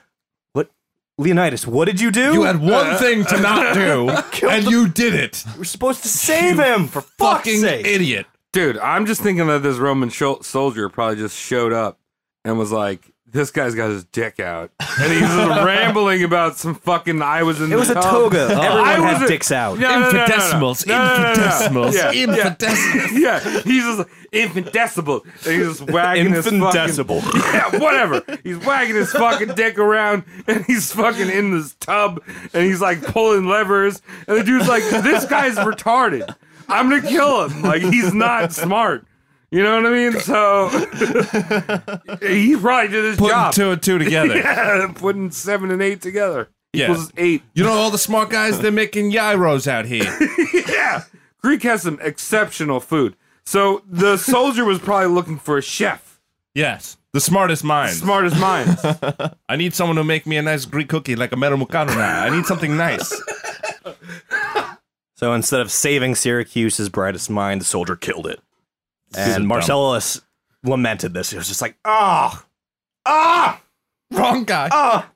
H: What? Leonidas, what did you do?
G: You had
A: uh,
G: one thing to not do, and you did it.
H: We're supposed to save him for
G: Fucking
H: fuck's sake.
G: idiot.
A: Dude, I'm just thinking that this Roman shol- soldier probably just showed up and was like, this guy's got his dick out. And he's just rambling about some fucking I was in
H: It
A: the
H: was a
A: tub.
H: toga. Everyone
A: I
H: had
A: was a-
H: dicks out.
A: No, no, no, no, no.
G: Infinitesimals,
A: No, no, no, no, no.
G: infinitesimals,
A: Yeah, yeah.
G: infinitesimals.
A: Yeah, he's just infinitesimal. And he's just wagging his fucking...
H: Infinitesimal.
A: Yeah, whatever. He's wagging his fucking dick around and he's fucking in this tub and he's like pulling levers. And the dude's like, this guy's retarded. I'm going to kill him. Like, he's not smart. You know what I mean? So he probably did his
G: Putting
A: job.
G: two and two together.
A: Yeah, putting seven and eight together
G: Yeah.
A: equals eight.
G: You know all the smart guys they're making gyros out here.
A: Yeah. Greek has some exceptional food. So the soldier was probably looking for a chef,
G: Yes, the smartest minds.
A: smartest minds.
G: I need someone to make me a nice Greek cookie like a meramukaruna. I need something nice.
H: So instead of saving Syracuse's brightest mind, the soldier killed it.
G: is dumb.
H: And Marcellus lamented this. He was just like, ah, ah,
D: Wrong guy.
H: ah.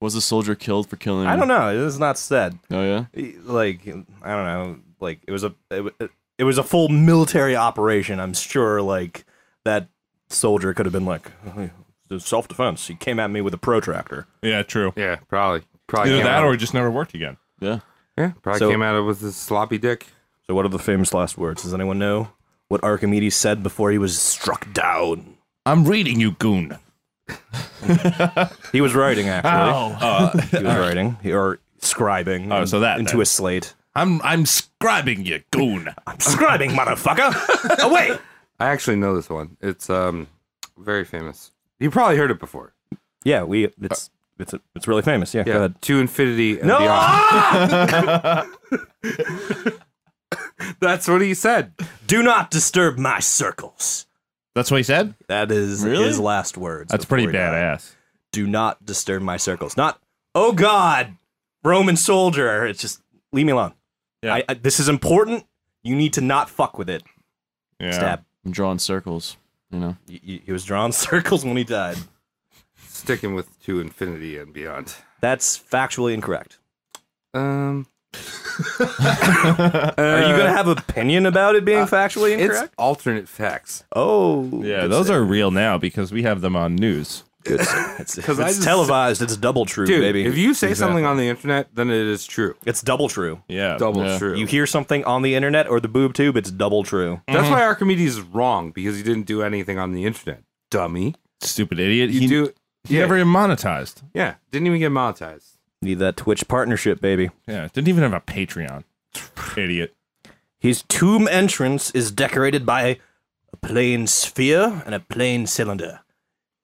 I: Was the soldier killed for killing?
H: I don't know. It was not said.
I: Oh yeah.
H: Like, I don't know. Like, it was a, it, wa- it was a full military operation. I'm sure, like, that soldier could have been like, self defense. He came at me with a protractor.
G: Yeah, true.
A: Yeah, probably. Probably
G: Either
A: came
G: that
A: out,
G: or we just never worked again.
I: Yeah.
A: yeah, probably
H: So-
A: came out of with his sloppy dick.
H: So, what are the famous last words? Does anyone know what Archimedes said before he was struck down?
G: I'm reading you, goon.
H: He was writing, actually.
G: Uh,
H: He was writing, he- or scribing.
G: Oh, so that,
H: into
G: then.
H: a slate.
G: I'm I'm scribing you, goon.
H: I'm scribing, motherfucker. Away.
A: I actually know this one. It's um very famous. You probably heard it before.
H: Yeah, we. It's it's it's really famous. Yeah,
A: Yeah,
H: go ahead.
A: to infinity and
H: No!
A: beyond. That's what he said.
H: Do not disturb my circles.
G: That's what he said.
H: That is
I: Really?
H: his last words.
G: That's pretty
H: before he died.
G: badass.
H: Do not disturb my circles. Not. Oh God, Roman soldier. It's just leave me alone.
G: Yeah.
H: I, I, this is important. You need to not fuck with it.
G: Yeah.
H: Stab.
I: I'm drawing circles. You know.
H: He- He, he was drawing circles when he died.
A: Sticking with to infinity and beyond.
H: That's factually incorrect.
A: Um, Uh,
H: Are you gonna have opinion about it being factually
A: it's
H: incorrect?
A: alternate facts.
H: Oh,
G: Yeah, those are real now because we have them on news.
H: good. It's, it's
A: I just-
H: televised. It's double true,
A: Dude,
H: baby.
A: if you say something on the internet, then it is true.
H: It's double true.
G: Yeah.
A: Double
I: Yeah.
A: true.
H: You hear something on the internet or the boob tube, it's double true.
A: That's why Archimedes is wrong because he didn't do anything on the internet. Dummy.
G: Stupid idiot.
A: You
G: he
A: do.
G: he
A: yeah,
G: never even monetized.
A: yeah. Didn't even get monetized.
H: Need that Twitch partnership, baby.
G: Yeah. Didn't even have a Patreon. idiot.
H: His tomb entrance is decorated by a plain sphere and a plain cylinder.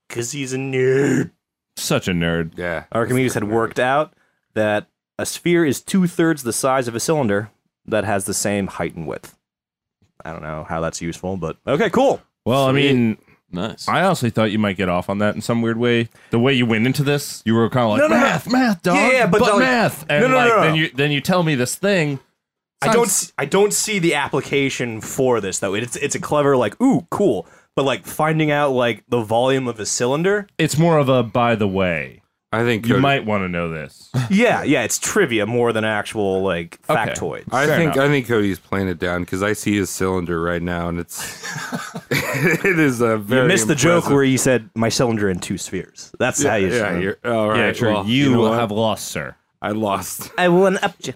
H: Because he's a nerd.
G: Such a nerd.
A: Yeah.
H: Archimedes had worked out that a sphere is two thirds the size of a cylinder that has the same height and width. I don't know how that's useful, but okay, cool.
G: Well, I mean,
I: Nice.
G: I honestly thought you might get off on that in some weird way. The way you went into this, you were kind of like
H: No, no, no.
G: math, math, dog.
H: Yeah, yeah, but
G: but
H: like-
G: math. And
H: No, no, no,
G: like,
H: no, no.
G: then you then you tell me this thing.
H: I don't s- I don't see the application for this though. It's it's a clever like ooh cool, but like finding out like the volume of a cylinder.
G: It's more of a by the way.
A: I think
G: You
A: Cody-
G: might want to know this.
H: yeah, yeah, it's trivia more than actual like
G: Okay.
H: factoids.
A: I
G: Fair
A: think
G: enough.
A: I think Cody's playing it down because I see his cylinder right now, and it's it is a very.
H: You missed the
A: impressive-
H: joke where you said my cylinder in two spheres. That's how you.
A: yeah,
H: should-
A: you're, all right.
G: yeah, sure.
A: well,
G: you
A: know
G: will
A: what?
G: have lost, sir.
A: I lost.
H: I won up you.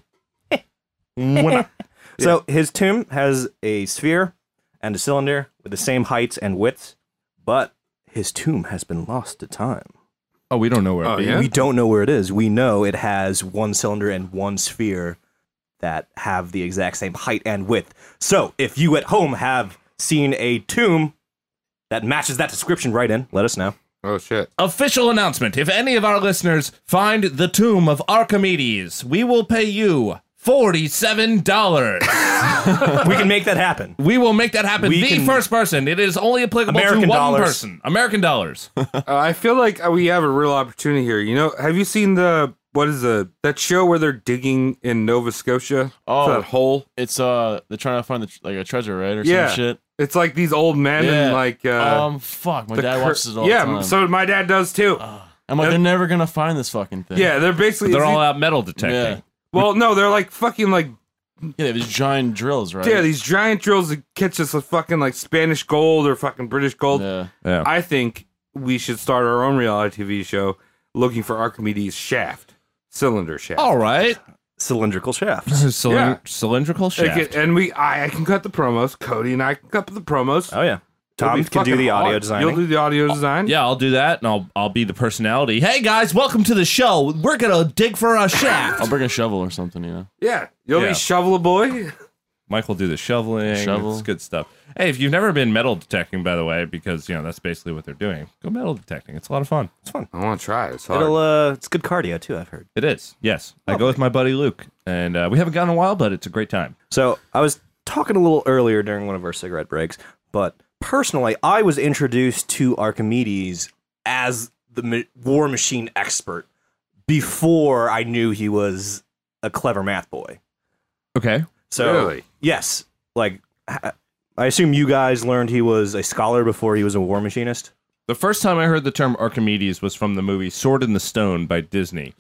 G: Winner.
H: So his tomb has a sphere and a cylinder with the same heights and widths, but his tomb has been lost to time.
G: oh, we don't know where.
A: Oh,
G: it is.
A: yeah?
H: We don't know where it is. We know it has one cylinder and one sphere that have the exact same height and width. So if you at home have seen a tomb that matches that description right in, let us know.
A: Oh shit!
G: Official announcement. If any of our listeners find the tomb of Archimedes, we will pay you $47.
H: We can make that happen.
G: we will make that happen.
H: We
G: the
H: can-
G: first person. It is only applicable to
H: American
G: one
H: dollars.
G: person. American dollars.
A: Uh, I feel like uh, we have a real opportunity here. You know, have you seen the what is the that show where they're digging in Nova Scotia?
I: Oh.
A: that hole.
I: It's uh, they're trying to find the, tr- like a treasure, right, or
A: Yeah.
I: some shit.
A: It's like these old men
I: Yeah.
A: and like uh,
I: um, fuck. My
A: the
I: dad
A: cur-
I: watches it all
A: yeah,
I: the time. Oh,
A: so my dad does too.
I: I'm like, they're never gonna find this fucking thing.
A: yeah, they're basically
G: They're
A: it's
G: all
A: the-
G: out metal
I: Yeah.
G: detecting.
A: Well, no, they're like fucking like
I: Yeah, they have these giant drills, right?
A: yeah, these giant drills that catch us with fucking like Spanish gold or fucking British gold.
I: Yeah.
G: Yeah.
A: I think we should start our own reality TV show looking for Archimedes' shaft, cylinder shaft.
G: All right.
H: Cylindrical shaft.
G: Cylind-
A: Yeah.
G: Cylindrical
A: They
G: shaft.
A: can- and we, I, I can cut the promos. Cody and I can cut the promos.
H: Oh yeah.
A: It'll
H: Tom
A: be
H: can do
A: fucking
H: the audio
A: hot. You'll
H: designing.
A: do the audio design.
G: yeah, I'll do that, and I'll I'll be the personality. Hey guys, welcome to the show. We're gonna dig for a
I: I'll
G: shaft.
I: bring a shovel or something, you know.
A: yeah. You'll
G: Yeah.
A: be shovel boy.
G: Mike will do the shoveling.
I: Shovel.
G: It's good stuff. Hey, if you've never been metal detecting, by the way, because you know that's basically what they're doing. Go metal detecting. It's a lot of fun.
A: I want to try. It's hard.
H: It'll uh it's good cardio too, I've heard.
G: It is. Yes, I go with my buddy Luke, and uh, we haven't gone in a while, but it's a great time.
H: So I was talking a little earlier during one of our cigarette breaks, but personally, I was introduced to Archimedes as the ma- war machine expert before I knew he was a clever math boy.
G: Okay.
H: So
A: Really?
H: yes, like h- I assume you guys learned he was a scholar before he was a war machinist.
G: The first time I heard the term Archimedes was from the movie Sword in the Stone by Disney.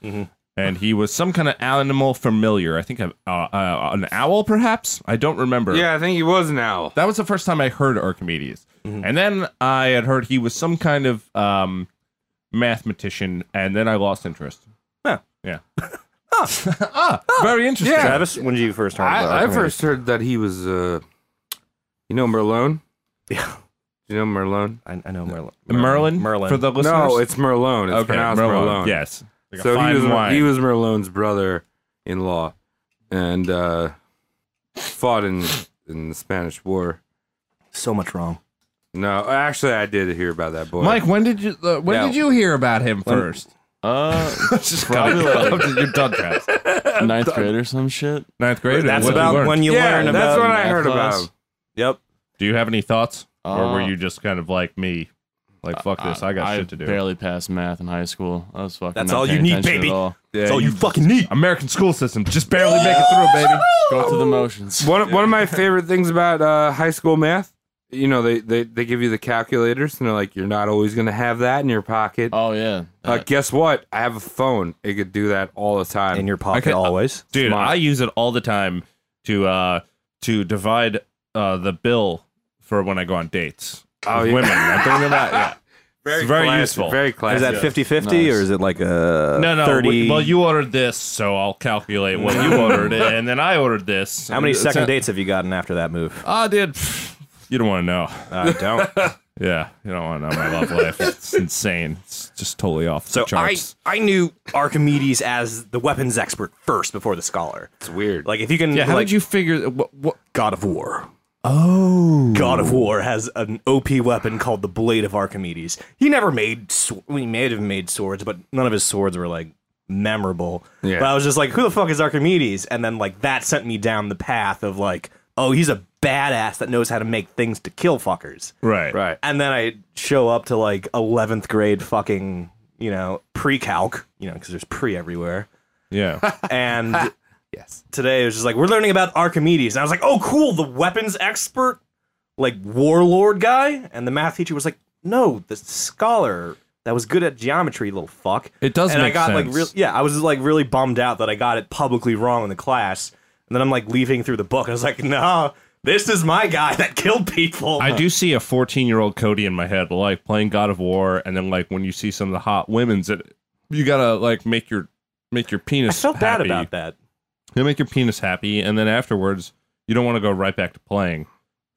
G: And he was some kind of animal familiar. I think a, uh, uh, an owl, perhaps? I don't remember.
A: Yeah, I think he was an owl.
G: That was the first time I heard Archimedes. And then I had heard he was some kind of um, mathematician, and then I lost interest.
H: Huh.
G: Yeah. ah, very interesting.
H: Travis, when did you first learn about
A: I, I
H: Archimedes?
A: first heard that he was, uh, you know, Merlone.
H: Yeah.
A: You know Merlone?
H: I, I know Merlin.
G: Merlin,
H: Merlin.
G: for the listeners.
A: No, it's Merlone. It's
G: okay.
A: pronounced
G: Merlin.
A: Merlone.
G: Yes. Like a
A: so he
G: fine
A: was
G: wine.
A: he was Merlone's brother-in-law, and uh, fought in in the Spanish War.
H: so much wrong.
A: No, actually, I did hear about that boy.
G: Mike. When did you uh, when
A: Yeah.
G: did you hear about him first?
I: Uh,
G: Just probably like you're done, Travis.
I: ninth grade or some shit.
G: Ninth grade. or
H: That's
G: what you
H: about
G: learned?
H: when you
A: yeah,
H: learn
A: that's
H: about.
A: what I
I: math
A: heard
I: class.
A: about.
H: Yep.
G: Do you have any thoughts, or were
I: Uh,
G: you just kind of like me, like fuck this? I got shit to do.
I: barely passed math in high school. I was fucking.
H: That's
I: not
H: all you
I: paying
H: need,
I: attention at
H: baby.
I: all.
H: That's all you fucking need.
G: American school system. Just barely make it through, baby.
I: Go through the motions.
A: One, one of my favorite things about uh, high school math, you know, they, they, they give you the calculators and they're like, you're not always going to have that in your pocket.
I: Oh yeah.
A: Uh, guess what? I have a phone. It could do that all the time.
H: In your pocket
G: Okay, uh,
H: always.
G: Dude,
A: Smart.
G: I use it all the time to uh to divide uh the bill for when I go on dates.
A: Oh,
G: with
A: yeah.
G: women. I bring them out. Yeah. It's very
A: classy,
G: useful.
A: Very classy.
H: Is that 50-50 or is it like a
G: no, no.
H: 30?
G: we- Well, you ordered this, so I'll calculate what you ordered, and then I ordered this.
H: How many
G: It's
H: second
G: a-
H: dates have you gotten after that move?
G: Ah, dude. pff, You don't want to know.
H: I don't.
G: Yeah, you don't want to know my love life. It's insane. It's just totally off the
H: So I,
G: charts.
H: I knew Archimedes as the weapons expert first before the scholar.
A: It's weird.
H: Like if you can,
G: yeah, how
H: like,
G: did you figure? What, what?
H: God of War. Oh, God of War has an OP weapon called the Blade of Archimedes. He never made. Sw- well, he may have made swords, but none of his swords were like memorable.
A: Yeah.
H: But I was just like, who the fuck is Archimedes? And then like that sent me down the path of like, oh, he's a badass that knows how to make things to kill fuckers.
G: Right,
A: right.
H: And then I show up to like 11th grade fucking, you know, pre calc, you know, because there's pre everywhere.
G: Yeah.
H: And
A: Yes.
H: today it was just like, we're learning about Archimedes. And I was like, oh, cool, the weapons expert, like warlord guy. And the math teacher was like, no, the scholar that was good at geometry, little fuck.
G: It does
H: and I
G: make
H: got like
G: sense.
H: real, yeah, I was like really bummed out that I got it publicly wrong in the class. And then I'm like leafing through the book. And I was like, no, this is my guy that killed people.
G: I do see a 14 year old Cody in my head, like playing God of War, and then like when you see some of the hot women's, it, you gotta like make your make your
H: I
G: penis.
H: felt bad
G: happy.
H: about that.
G: You make your penis happy, and then afterwards, you don't want to go right back to playing.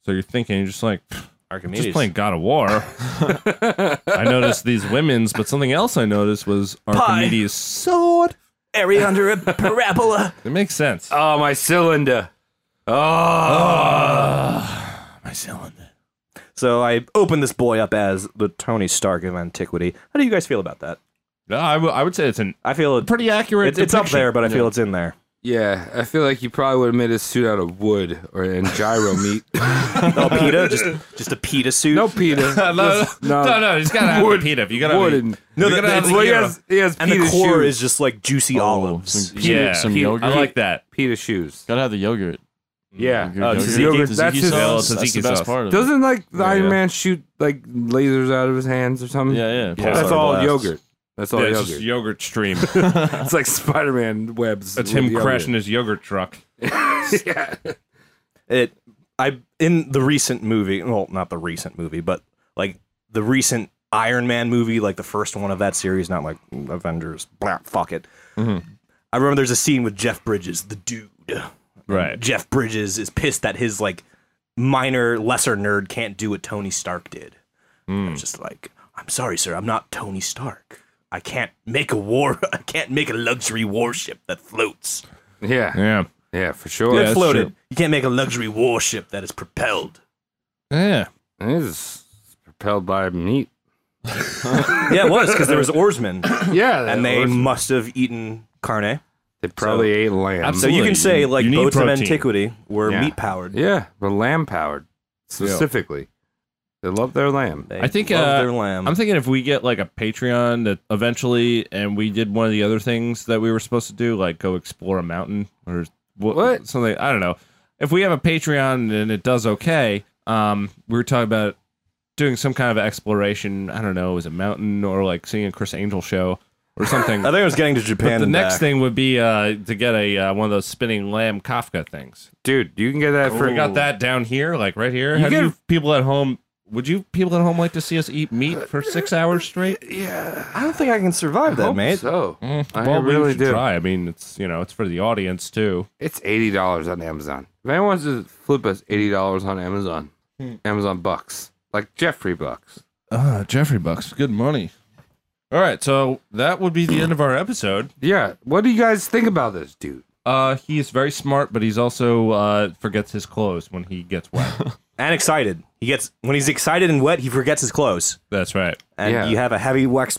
G: So you're thinking, you're just like, "Pfft, I'm
H: Archimedes.
G: just playing God of War. I noticed these women's, but something else I noticed was Archimedes' sword.
H: area under a parabola.
G: It makes sense.
A: Oh, my cylinder.
G: my cylinder.
H: So I opened this boy up as the Tony Stark of antiquity. How do you guys feel about that?
G: No, I, w- I would say it's an
H: I feel it,
G: pretty accurate.
H: it's, it's up
G: depiction.
H: there, but I feel it's in there.
A: Yeah, I feel like you probably would have made a suit out of wood or and gyro meat.
H: Oh, PETA? Just, just a PETA suit?
A: no, Peter.
G: no, no, no,
A: No.
G: no, he's gotta have the pita. If you gotta,
A: Wooden.
G: no,
H: the-
G: gotta have
H: it's
G: the
A: Well, he
G: hero.
A: has, he has
H: And
A: Peter
H: the core
A: shoes.
H: is just like
G: Oh,
H: juicy olives.
I: Some,
G: Yeah,
I: some
A: Pete-
I: yogurt.
G: I like that.
A: Peter shoes.
I: Gotta have the yogurt.
A: Yeah.
I: Your
A: Yogurt-
I: yogurt.
A: yogurt- that's
I: Tzatziki
A: his-
I: sauce, that's
G: Tzatziki
I: the best
G: sauce.
I: part of it.
A: Doesn't like the
G: Yeah,
A: Iron
G: yeah.
A: Man shoot like lasers out of his hands or something?
I: Yeah, yeah.
G: Yeah.
A: That's
H: Pulsar
A: all
H: blasts.
A: yogurt. That's all
G: Yeah, it's
A: yogurt.
G: just yogurt stream.
A: It's like Spider Man webs.
G: That's
A: with
G: him
A: yogurt.
G: crashing his yogurt truck.
A: yeah.
H: It, I In the recent movie, well, not the recent movie, but like the recent Iron Man movie, like the first one of that series, not like Avengers, blah, fuck it.
G: Mm-hmm.
H: I remember there's a scene with Jeff Bridges, the dude.
G: Right.
H: Jeff Bridges is pissed that his like minor lesser nerd can't do what Tony Stark did.
G: Hmm.
H: I'm just like, I'm sorry, sir, I'm not Tony Stark. I can't make a war. I can't make a luxury warship that floats.
A: Yeah.
G: Oh, Yeah.
A: Yeah, for sure.
G: that's
H: floated.
G: true.
H: You can't make a luxury warship that is propelled.
G: Yeah.
A: It is propelled by meat.
H: Yeah, it was because there was oarsmen,
A: Yeah. that
H: and they
A: was-
H: must have eaten carne.
A: they probably ate lamb.
H: So you
G: Absolutely.
H: can say like
G: You need
H: boats of
G: protein.
H: antiquity were
A: Yeah.
H: meat powered.
A: Yeah, but lamb powered specifically. They love their lamb.
G: I think, uh,
H: their lamb.
A: Um,
G: I'm thinking if we get like a Patreon that eventually, and we did one of the other things that we were supposed to do, like go explore a mountain or what,
A: What?
G: something. I don't know. if we have a Patreon and it does okay, um, we were talking about doing some kind of exploration. I don't know, it was a mountain or like seeing a Chris Angel show or something.
H: I think it was getting to Japan.
G: But the
H: and
G: next
H: back.
G: thing would be uh, to get a uh, one of those spinning lamb Kafka things.
A: Dude, you can get that for
G: we got that down here, like right here.
A: You
G: How do
A: get-
G: you people at home? Would you people at home like to see us eat meat for six hours straight?
H: I don't think I can survive that, mate.
A: So I
G: Mm. Well, we
A: really
G: should
A: do.
G: Try. I mean, it's you know, it's for the audience too.
A: It's eighty dollars on Amazon. If anyone wants to flip us eighty dollars on Amazon,
G: Hmm.
A: Amazon bucks, like Jeffrey bucks.
G: Ah, Jeffrey Bucks, good money. All right, so that would be the end of our episode.
A: Yeah. What do you guys think about this dude?
G: Uh, he's very smart, but he's also uh, forgets his clothes when he gets wet.
H: And excited. He gets when he's excited and wet, he forgets his clothes.
G: That's right.
H: And
A: Yeah.
H: you have a heavy wax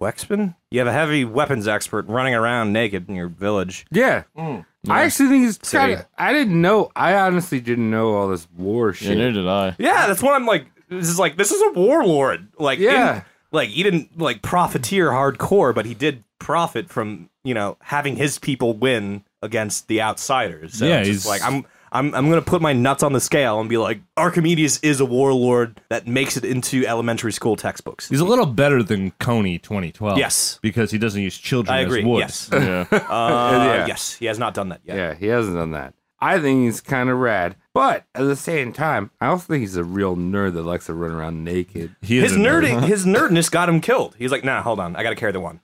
H: waxman? You have a heavy weapons expert running around naked in your village.
A: Yeah.
G: Hmm.
A: I actually think he's
H: City.
A: kind of. I didn't know. I honestly didn't know all this war
I: Yeah,
A: shit.
I: neither did I.
H: Yeah, that's what I'm like. This is like this is a warlord. Like
A: Yeah.
H: in- like he didn't like profiteer hardcore, but he did profit from you know having his people win against the outsiders. So
G: Yeah,
H: it's just
G: he's-
H: like I'm. I'm, I'm gonna put my nuts on the scale and be like, Archimedes is a warlord that makes it into elementary school textbooks.
G: He's a little better than Coney 2012.
H: Yes.
G: because he doesn't use children
H: I agree.
G: as wood.
H: Yes.
I: Yeah.
H: Uh,
A: Yeah.
H: Yes, he has not done that yet.
A: Yeah, he hasn't done that. I think he's kind of rad, but at the same time, I also think he's a real nerd that likes to run around naked.
G: He is
H: His
G: a nerd.
H: nerding, his nerdness got him killed. He's like, Nah, hold on, I gotta carry the one.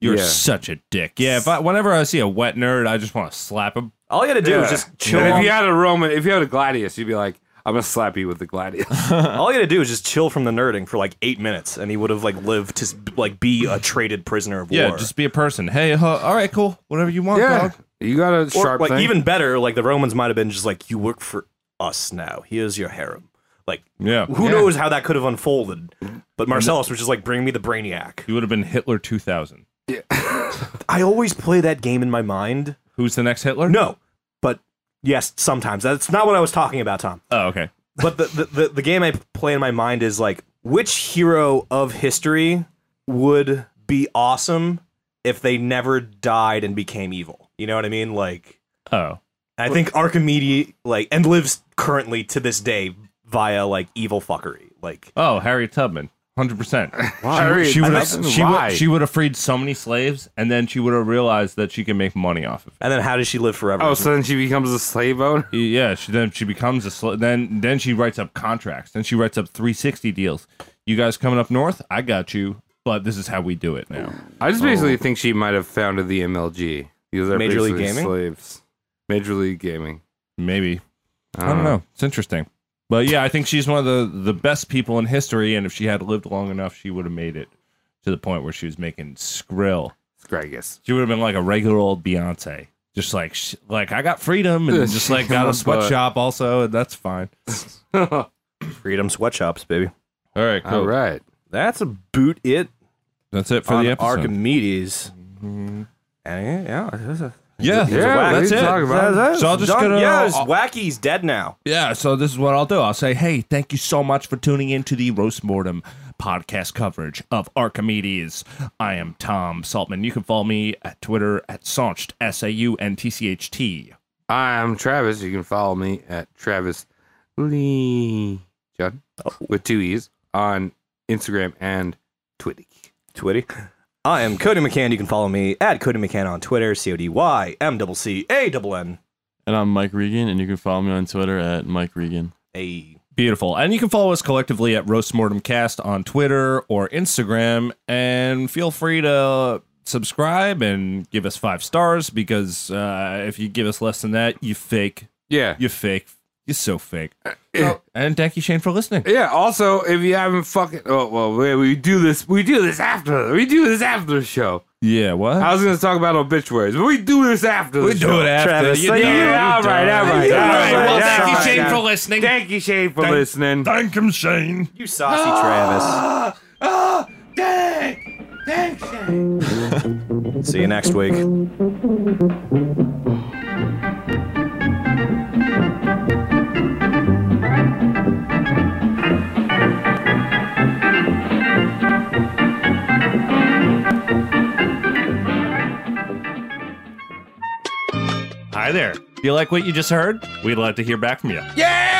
G: You're
A: Yeah.
G: such a dick. Yeah, if I, whenever I see a wet nerd, I just want to slap him.
H: All you gotta do is just chill.
A: And
H: on-
A: if you had a Roman, if you had a Gladius, you'd be like, "I'm gonna slap you with the Gladius."
H: All he had to do was just chill from the nerding for like eight minutes, and he would have like lived to like be a traded prisoner of
G: Yeah,
H: war.
G: just be a person. Hey, huh, all right, cool. Whatever you want,
A: yeah,
G: dog.
A: you got a
H: or,
A: sharp
H: like
A: thing.
H: even better, like the Romans might have been just like, "You work for us now. Here's your harem." Like,
G: Yeah.
H: who
A: Yeah.
H: knows how that could have unfolded? But Marcellus was just like, "Bring me the Brainiac."
G: You would have been Hitler 2000.
H: I always play that game in my mind.
G: Who's the next Hitler?
H: No, but yes, sometimes that's not what I was talking about, Tom.
G: Oh, okay.
H: but the, the, the, the game I play in my mind is like which hero of history would be awesome if they never died and became evil? You know what I mean? Like
G: Oh.
H: I think Archimedes like and lives currently to this day via like evil fuckery. Like
G: Oh, Harry Tubman. 100%.
A: Harry,
G: She would have
A: Tubman,
G: she
A: why?
G: would, she would have freed so many slaves and then she would have realized that she can make money off of it.
H: and then how does she live forever?
A: oh, so then she becomes a slave owner.
G: Yeah, she then she becomes a sl- then then she writes up contracts. Then she writes up 360 deals. You guys coming up north? I got you, but this is how we do it now.
A: I just basically think she might have founded the MLG. These are
H: Major League
A: basically
H: Gaming?
A: slaves. Major League Gaming.
G: Maybe. I don't know. It's interesting. But yeah, I think she's one of the, the best people in history, and if she had lived long enough, she would have made it to the point where she was making skrill.
A: Scragus.
G: She would have been like a regular old Beyonce. Just like, sh- like I got freedom and just like got a sweatshop also, and that's fine.
H: Freedom sweatshops, baby.
G: All right, cool.
A: All right.
H: That's a boot it
G: That's it for
H: on
G: the episode. Mm-hmm.
H: Archimedes. And yeah, yeah, that's
G: yeah,
A: Yeah, what are
G: that's
A: you talking
G: it.
A: about?
G: So I'll just get a-
H: yeah, it's Wacky's dead now.
G: Yeah, so this is what I'll do. I'll say, hey, thank you so much for tuning in to the Roast Mortem podcast coverage of Archimedes. I am Tom Saltman. You can follow me at Twitter at Sauncht, S A U N T C H T.
A: I'm Travis. You can follow me at Travis Lee John
H: Oh.
A: with two E's on Instagram and Twitter.
H: Twitty. I am Cody McCann. You can follow me at Cody McCann on Twitter, C O D Y M double C A double N
I: And I'm Mike Regan, and you can follow me on Twitter at Mike Regan.
H: A.
G: Beautiful. And you can follow us collectively at Roast Mortem Cast on Twitter or Instagram. And feel free to subscribe and give us five stars because uh, if you give us less than that, you fake.
A: Yeah.
G: You fake. You're so fake. and thank you, Shane, for listening.
A: Oh, Yeah. Also, if you haven't fucking oh well, we, we do this. We do this after. We do this after the show.
G: Yeah, what?
A: I was gonna talk about obituaries, but we do this after.
G: We
A: the
G: do
A: show.
G: it after.
H: Travis,
G: you
H: thank
G: know,
H: you.
G: you
A: Yeah, all right,
G: done.
A: all right,
G: All right.
H: all
G: Well,
H: right,
G: thank
H: all
G: you, Shane,
A: right.
G: for listening.
A: Thank you, Shane, for listening.
G: Thank him, Shane.
H: You saucy Travis.
G: Dang. Thanks, Shane.
H: See you next week.
G: Hi there. Do you like what you just heard? We'd like to hear back from you.
A: Yeah!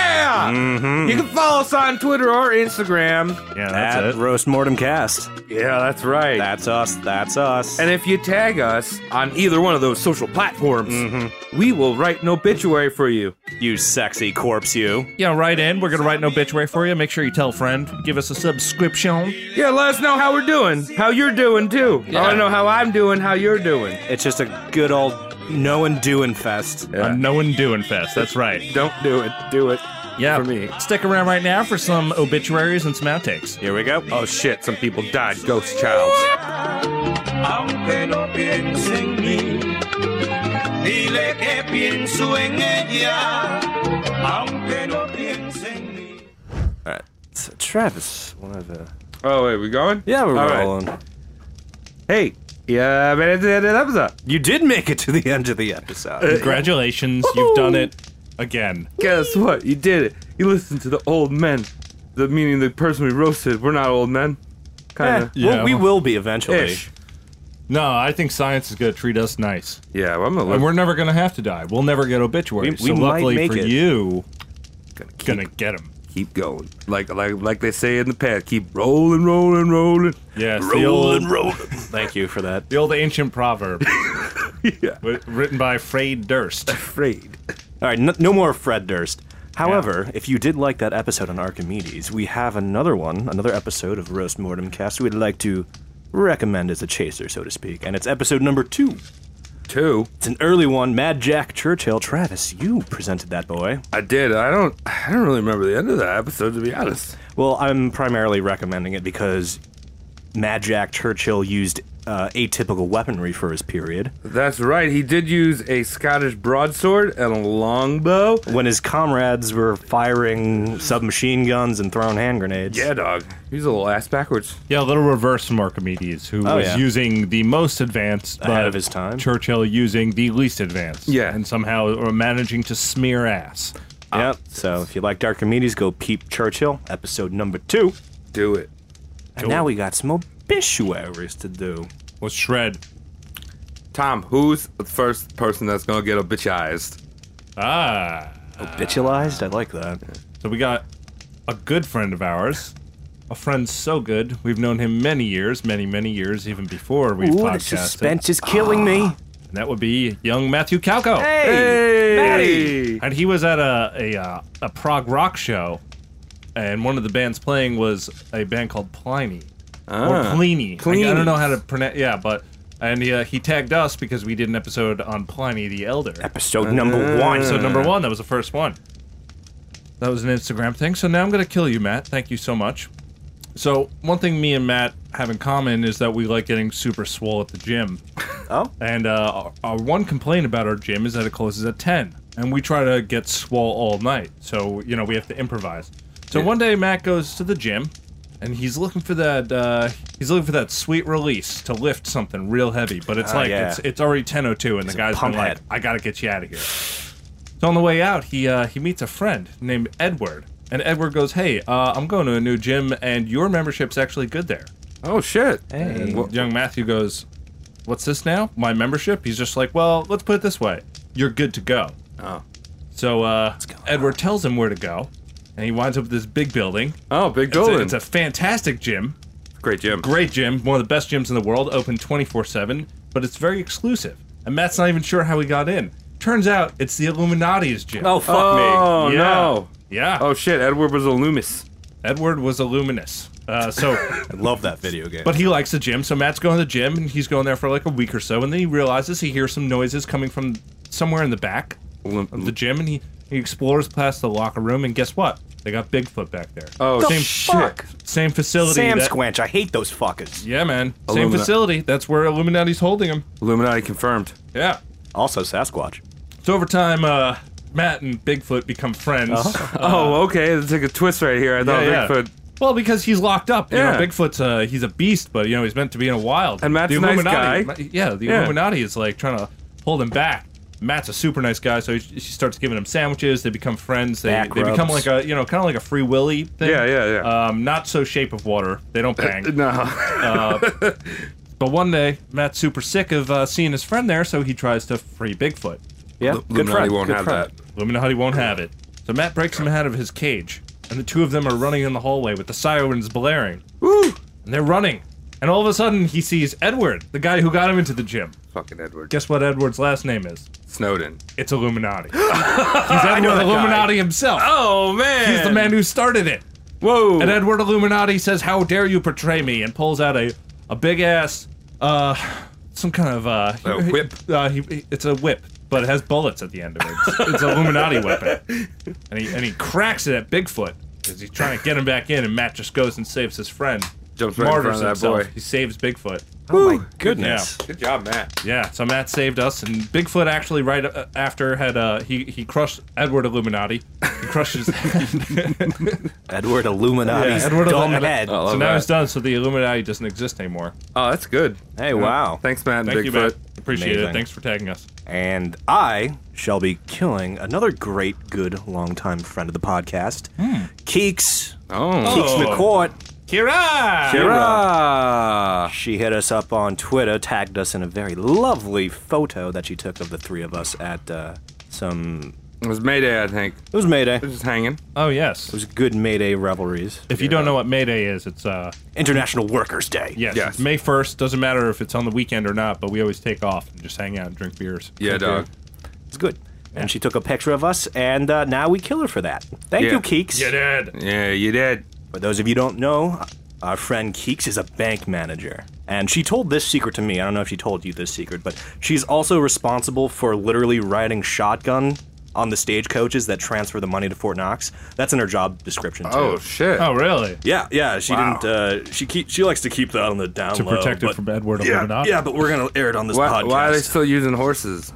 A: You can follow us on Twitter or Instagram.
G: Yeah,
H: At
G: that's it.
H: Roast Mortem Cast.
A: Yeah, that's right.
H: That's us. That's us.
A: and if you tag us on either one of those social platforms, we will write an obituary for you.
H: you sexy corpse, you.
G: Yeah, right in. We're gonna write an obituary for you. Make sure you tell a friend. Give us a subscription.
A: Yeah, let us know how we're doing, how you're doing too. I want to know how I'm doing, how you're doing.
H: It's just a good old no and doing fest.
G: A no one doing fest. That's right.
A: Don't do it. Do it.
G: Yeah.
A: For me.
G: Stick around right now for some obituaries and some outtakes.
H: Here we go.
A: Oh shit! Some people died. Ghost child.
H: It's Travis, one of the.
A: Oh wait, we going?
H: Yeah, we're
A: All right.
H: rolling.
A: Hey. Yeah, but it's an episode.
H: You did make it to the end of the episode.
G: Uh, Congratulations, you've done it again.
A: Guess what? You did it. You listened to the old men. The meaning the person we roasted. We're not old men. Kind of.
H: Eh, well,
G: Yeah.
H: we will be eventually.
A: Ish.
G: No, I think science is gonna treat us nice,
A: Yeah, well, I'm gonna
G: and
A: look.
G: we're never gonna have to die. We'll never get obituaries.
H: We- we
G: so
H: might
G: luckily
H: make
G: for
H: it.
G: you, gonna get them.
A: keep going. Like like like they say in the past, keep rolling, rolling, rolling.
G: Yeah, it's the old,
H: Thank you for that.
G: the old ancient proverb.
A: Yeah.
G: wi- Written by Fred Durst.
A: Afraid.
H: All right, no, no more Fred Durst. However, if you did like that episode on Archimedes, we have another one, another episode of Roast Mortem Cast we'd like to recommend as a chaser, so to speak. And it's episode number two.
A: Two.
H: It's an early one. Mad Jack Churchill. Travis, you presented that boy.
A: I did. I don't. I don't really remember the end of that episode, to be honest.
H: Well, I'm primarily recommending it because Mad Jack Churchill used uh, atypical weaponry for his period.
A: That's right. He did use a Scottish broadsword and a longbow.
H: When his comrades were firing submachine guns and throwing hand grenades.
A: Yeah, dog. He's a little ass backwards.
G: Yeah, a little reverse from Archimedes, who
H: Oh,
G: was
H: yeah.
G: using the most advanced
H: Ahead
G: but
H: of his time.
G: Churchill using the least advanced.
A: Yeah.
G: and somehow or managing to smear ass.
H: Yep. So if you liked Archimedes, go peep Churchill, episode number two.
A: Do it.
H: And now we got some obituaries to do.
G: Was shred.
A: Tom, who's the first person that's gonna get obituized?
G: Ah,
H: Obitualized? I like that.
G: so we got a good friend of ours. A friend so good, we've known him many years, many, many years, even before we've
H: Ooh, the
G: podcasted.
H: suspense is killing me.
G: And that would be young Matthew Calco.
H: Ah. Hey,
G: And he was at a a, uh, a prog rock show, and one of the bands playing was a band called Pliny
H: Ah,
G: or Pliny. Pliny. I, don't know how to pronounce. Yeah, but and uh, he tagged us because we did an episode on Pliny the Elder.
H: Episode number one.
G: So number one, that was the first one. Uh. That was an Instagram thing. So now I'm gonna kill you, Matt. Thank you so much. So one thing me and Matt have in common is that we like getting super swole at the gym.
H: Oh.
G: And uh, our, our one complaint about our gym is that it closes at 10, and we try to get swole all night. So, you know, we have to improvise. So one day Matt goes to the gym, and he's looking for that uh, he's looking for that sweet release to lift something real heavy, but it's
H: Ah,
G: like
H: yeah.
G: it's it's already 10:02 and the guy's been
H: pump
G: like,
H: head.
G: "I got to get you out of here." So on the way out, he uh, he meets a friend named Edward, and Edward goes, "Hey, uh, I'm going to a new gym, and your membership's actually good there."
A: Oh shit.
H: Hey.
A: Well,
G: Young Matthew goes, What's this now? My membership? He's just like, Well, let's put it this way. You're good to go. Oh. So uh, Edward tells him where to go, and he winds up at this big building.
A: oh, big
G: It's a,
A: golden.
G: it's a fantastic gym,
A: great gym.
G: great gym, one of the best gyms in the world, open 24 7, but it's very exclusive. And Matt's not even sure how he got in. Turns out it's the Illuminati's gym.
H: Oh, fuck
A: Oh
G: Yeah.
A: no.
G: Yeah.
A: Oh shit. Edward was a Loomis.
G: Edward was Illuminous. Uh, so
H: me. I love that video game.
G: But he likes the gym, so Matt's going to the gym and he's going there for like a week or so, and then he realizes he hears some noises coming from somewhere in the back of the gym, and he, he explores past the locker room, and guess what? They got Bigfoot back there.
A: Oh
G: same
H: fuck?
G: same facility.
H: Sam
G: that-
H: Squanch, I hate those fuckers.
G: Yeah, man.
A: Illumina-
G: Same facility. That's where Illuminati's holding him.
A: Illuminati confirmed.
G: Yeah.
H: Also Sasquatch.
G: So over time, uh, Matt and Bigfoot become friends.
A: oh, okay. It's like a twist right here. I thought
G: Uh, Yeah, yeah.
A: Bigfoot.
G: Well, because he's locked up. You
A: Yeah.
G: know, Bigfoot's uh, he's a beast, but you know he's meant to be in a wild.
A: And Matt's
G: the
A: a nice
G: Illuminati,
A: guy.
G: Yeah, the
A: Yeah.
G: Illuminati is like trying to hold him back. Matt's a super nice guy, so he, she starts giving him sandwiches. They become friends. They,
H: Back
G: they become
H: rubs.
G: like a you know kind of like a free willy thing.
A: Yeah, yeah, yeah. uh,
G: Um, not so Shape of Water. They don't bang.
A: No.
G: uh, But one day, Matt's super sick of uh, seeing his friend there, so he tries to free Bigfoot.
J: Yeah,
A: Lu-
J: good
A: Luminati
J: friend,
A: won't
J: good
A: have
J: friend.
A: that.
G: Luminati won't have it. So Matt breaks him out of his cage, and the two of them are running in the hallway with the sirens blaring. Woo! And they're running. And all of a sudden, he sees Edward, the guy who got him into the gym.
A: Fucking Edward
G: Guess what Edward's last name is?
A: Snowden.
G: It's Illuminati. He's Edward Illuminati himself.
A: Oh man,
G: He's the man who started it.
A: Whoa!
G: And Edward Illuminati says, "How dare you portray me?" and pulls out a a big ass uh some kind of uh
A: A whip.
G: Uh, he, he- it's a whip, but it has bullets at the end of it. It's, it's an Illuminati weapon, and he and he cracks it at Bigfoot because he's trying to get him back in, and Matt just goes and saves his friend.
A: Jumps right in front of that
G: himself.
A: boy.
G: He saves Bigfoot.
H: Oh my goodness.
A: Good job, Matt.
G: Yeah, so Matt saved us, and Bigfoot actually right uh, after had uh he he crushed Edward Illuminati. He crushed his
H: Edward Illuminati's
G: Edward
H: dumb
G: Illuminati.
H: head.
A: Oh,
G: so
A: love
G: now
A: that.
G: it's done. So the Illuminati doesn't exist anymore.
A: Oh, that's good.
H: Hey, wow.
A: Thanks, Matt. and
G: Thank
A: Bigfoot.
G: you, Matt. Appreciate
H: Amazing.
G: it. Thanks for tagging us.
H: And I shall be killing another great, good, longtime friend of the podcast, Keeks.
A: Oh,
H: Keeks McCourt.
G: Kira!
H: Kira. She hit us up on Twitter, tagged us in a very lovely photo that she took of the three of us at uh, some.
A: it was Mayday, I think.
H: It was Mayday. It
A: We're just hanging.
G: Oh, yes.
H: was good Mayday revelries.
G: If you don't know what May Day is, it's, uh,
H: International Workers' Day.
G: yes,
A: Yes.
G: it's May 1st. Doesn't matter if it's on the weekend or not, but we always take off and just hang out and drink beers.
A: Yeah,
G: Drink
A: dog.
H: It's good. And she took a picture of us, and uh, now we kill her for that. Thank
A: Yeah.
H: you, Keeks.
G: beer. Yeah, dude.
A: Yeah, you did.
H: For those of you who don't know, our friend Keeks is a bank manager. And she told this secret to me. I don't know if she told you this secret, but she's also responsible for literally riding shotgun on the stagecoaches that transfer the money to Fort Knox. That's in her job description too.
A: Oh shit.
G: Oh, really?
H: yeah, yeah. She didn't. Uh, she keep. She likes to keep that on the down
G: To
H: low,
G: protect it
H: but-
G: from Edward
H: Yeah,
G: Illuminati.
H: yeah. But we're gonna air it on this
A: why,
H: podcast.
A: why are they still using horses?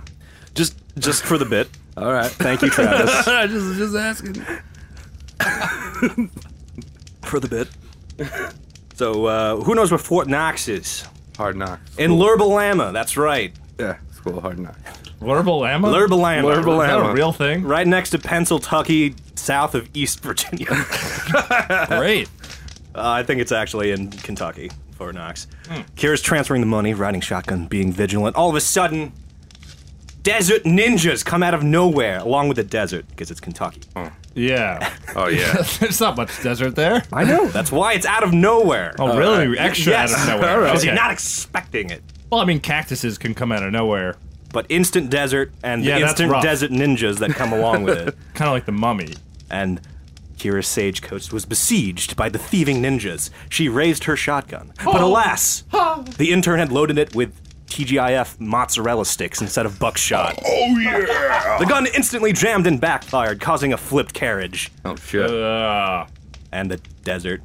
H: just, just for the bit.
A: All right.
H: Thank you, Travis,
A: just, just asking.
H: for the bit. So, uh, who knows where Fort Knox is?
A: Hard knocks.
H: In Lurbalama. That's right,
A: Yeah, school hard knocks.
G: Lurbalama?
H: Lurbalama.
G: Is that
A: Lurbalama.
G: a real thing?
H: right next to Pennsyltucky, south of East Virginia. uh,
G: Great.
H: I think it's actually in Kentucky, Fort Knox.
G: Hmm.
H: Kira's transferring the money, riding shotgun, being vigilant. All of a sudden, desert ninjas come out of nowhere, along with the desert, because it's Kentucky.
G: Yeah.
A: Oh yeah.
G: There's not much desert there.
H: I know. That's why it's out of nowhere.
G: Oh, really? Extra
H: yes.
G: out of nowhere.
H: Because
G: Okay.
H: you're not expecting it.
G: well, I mean, cactuses can come out of nowhere.
H: But instant desert and
G: Yeah,
H: the
G: that's
H: instant
G: rough.
H: desert ninjas that come along with it.
G: Kind of like the mummy.
H: and Kira's sage coast was besieged by the thieving ninjas. She raised her shotgun, but alas, the intern had loaded it with TGIF mozzarella sticks instead of buckshot. Oh yeah! the gun instantly jammed and backfired, causing a flipped carriage,
A: Oh shit.
G: Uh,
H: and the desert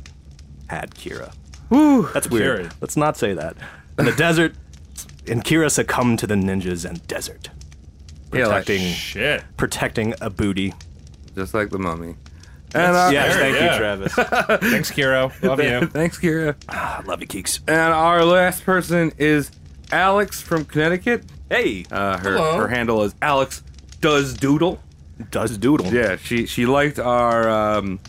H: had Kira. That's weird.
G: Kira.
H: Let's not say that. And the desert and Kira succumbed to the ninjas and desert,
A: yeah, like,
H: protecting
G: shit.
H: protting a booty.
A: just like the mummy. And uh,
H: yes,
G: there,
H: thank
G: yeah.
H: you, Travis.
G: Thanks, Kiro. Love you.
A: Thanks, Kira.
H: I love you, Keeks.
A: And our last person is Alex from Connecticut.
H: Hey,
A: Uh, her her handle is Alex Does Doodle.
H: does doodle.
A: Yeah, she she liked our um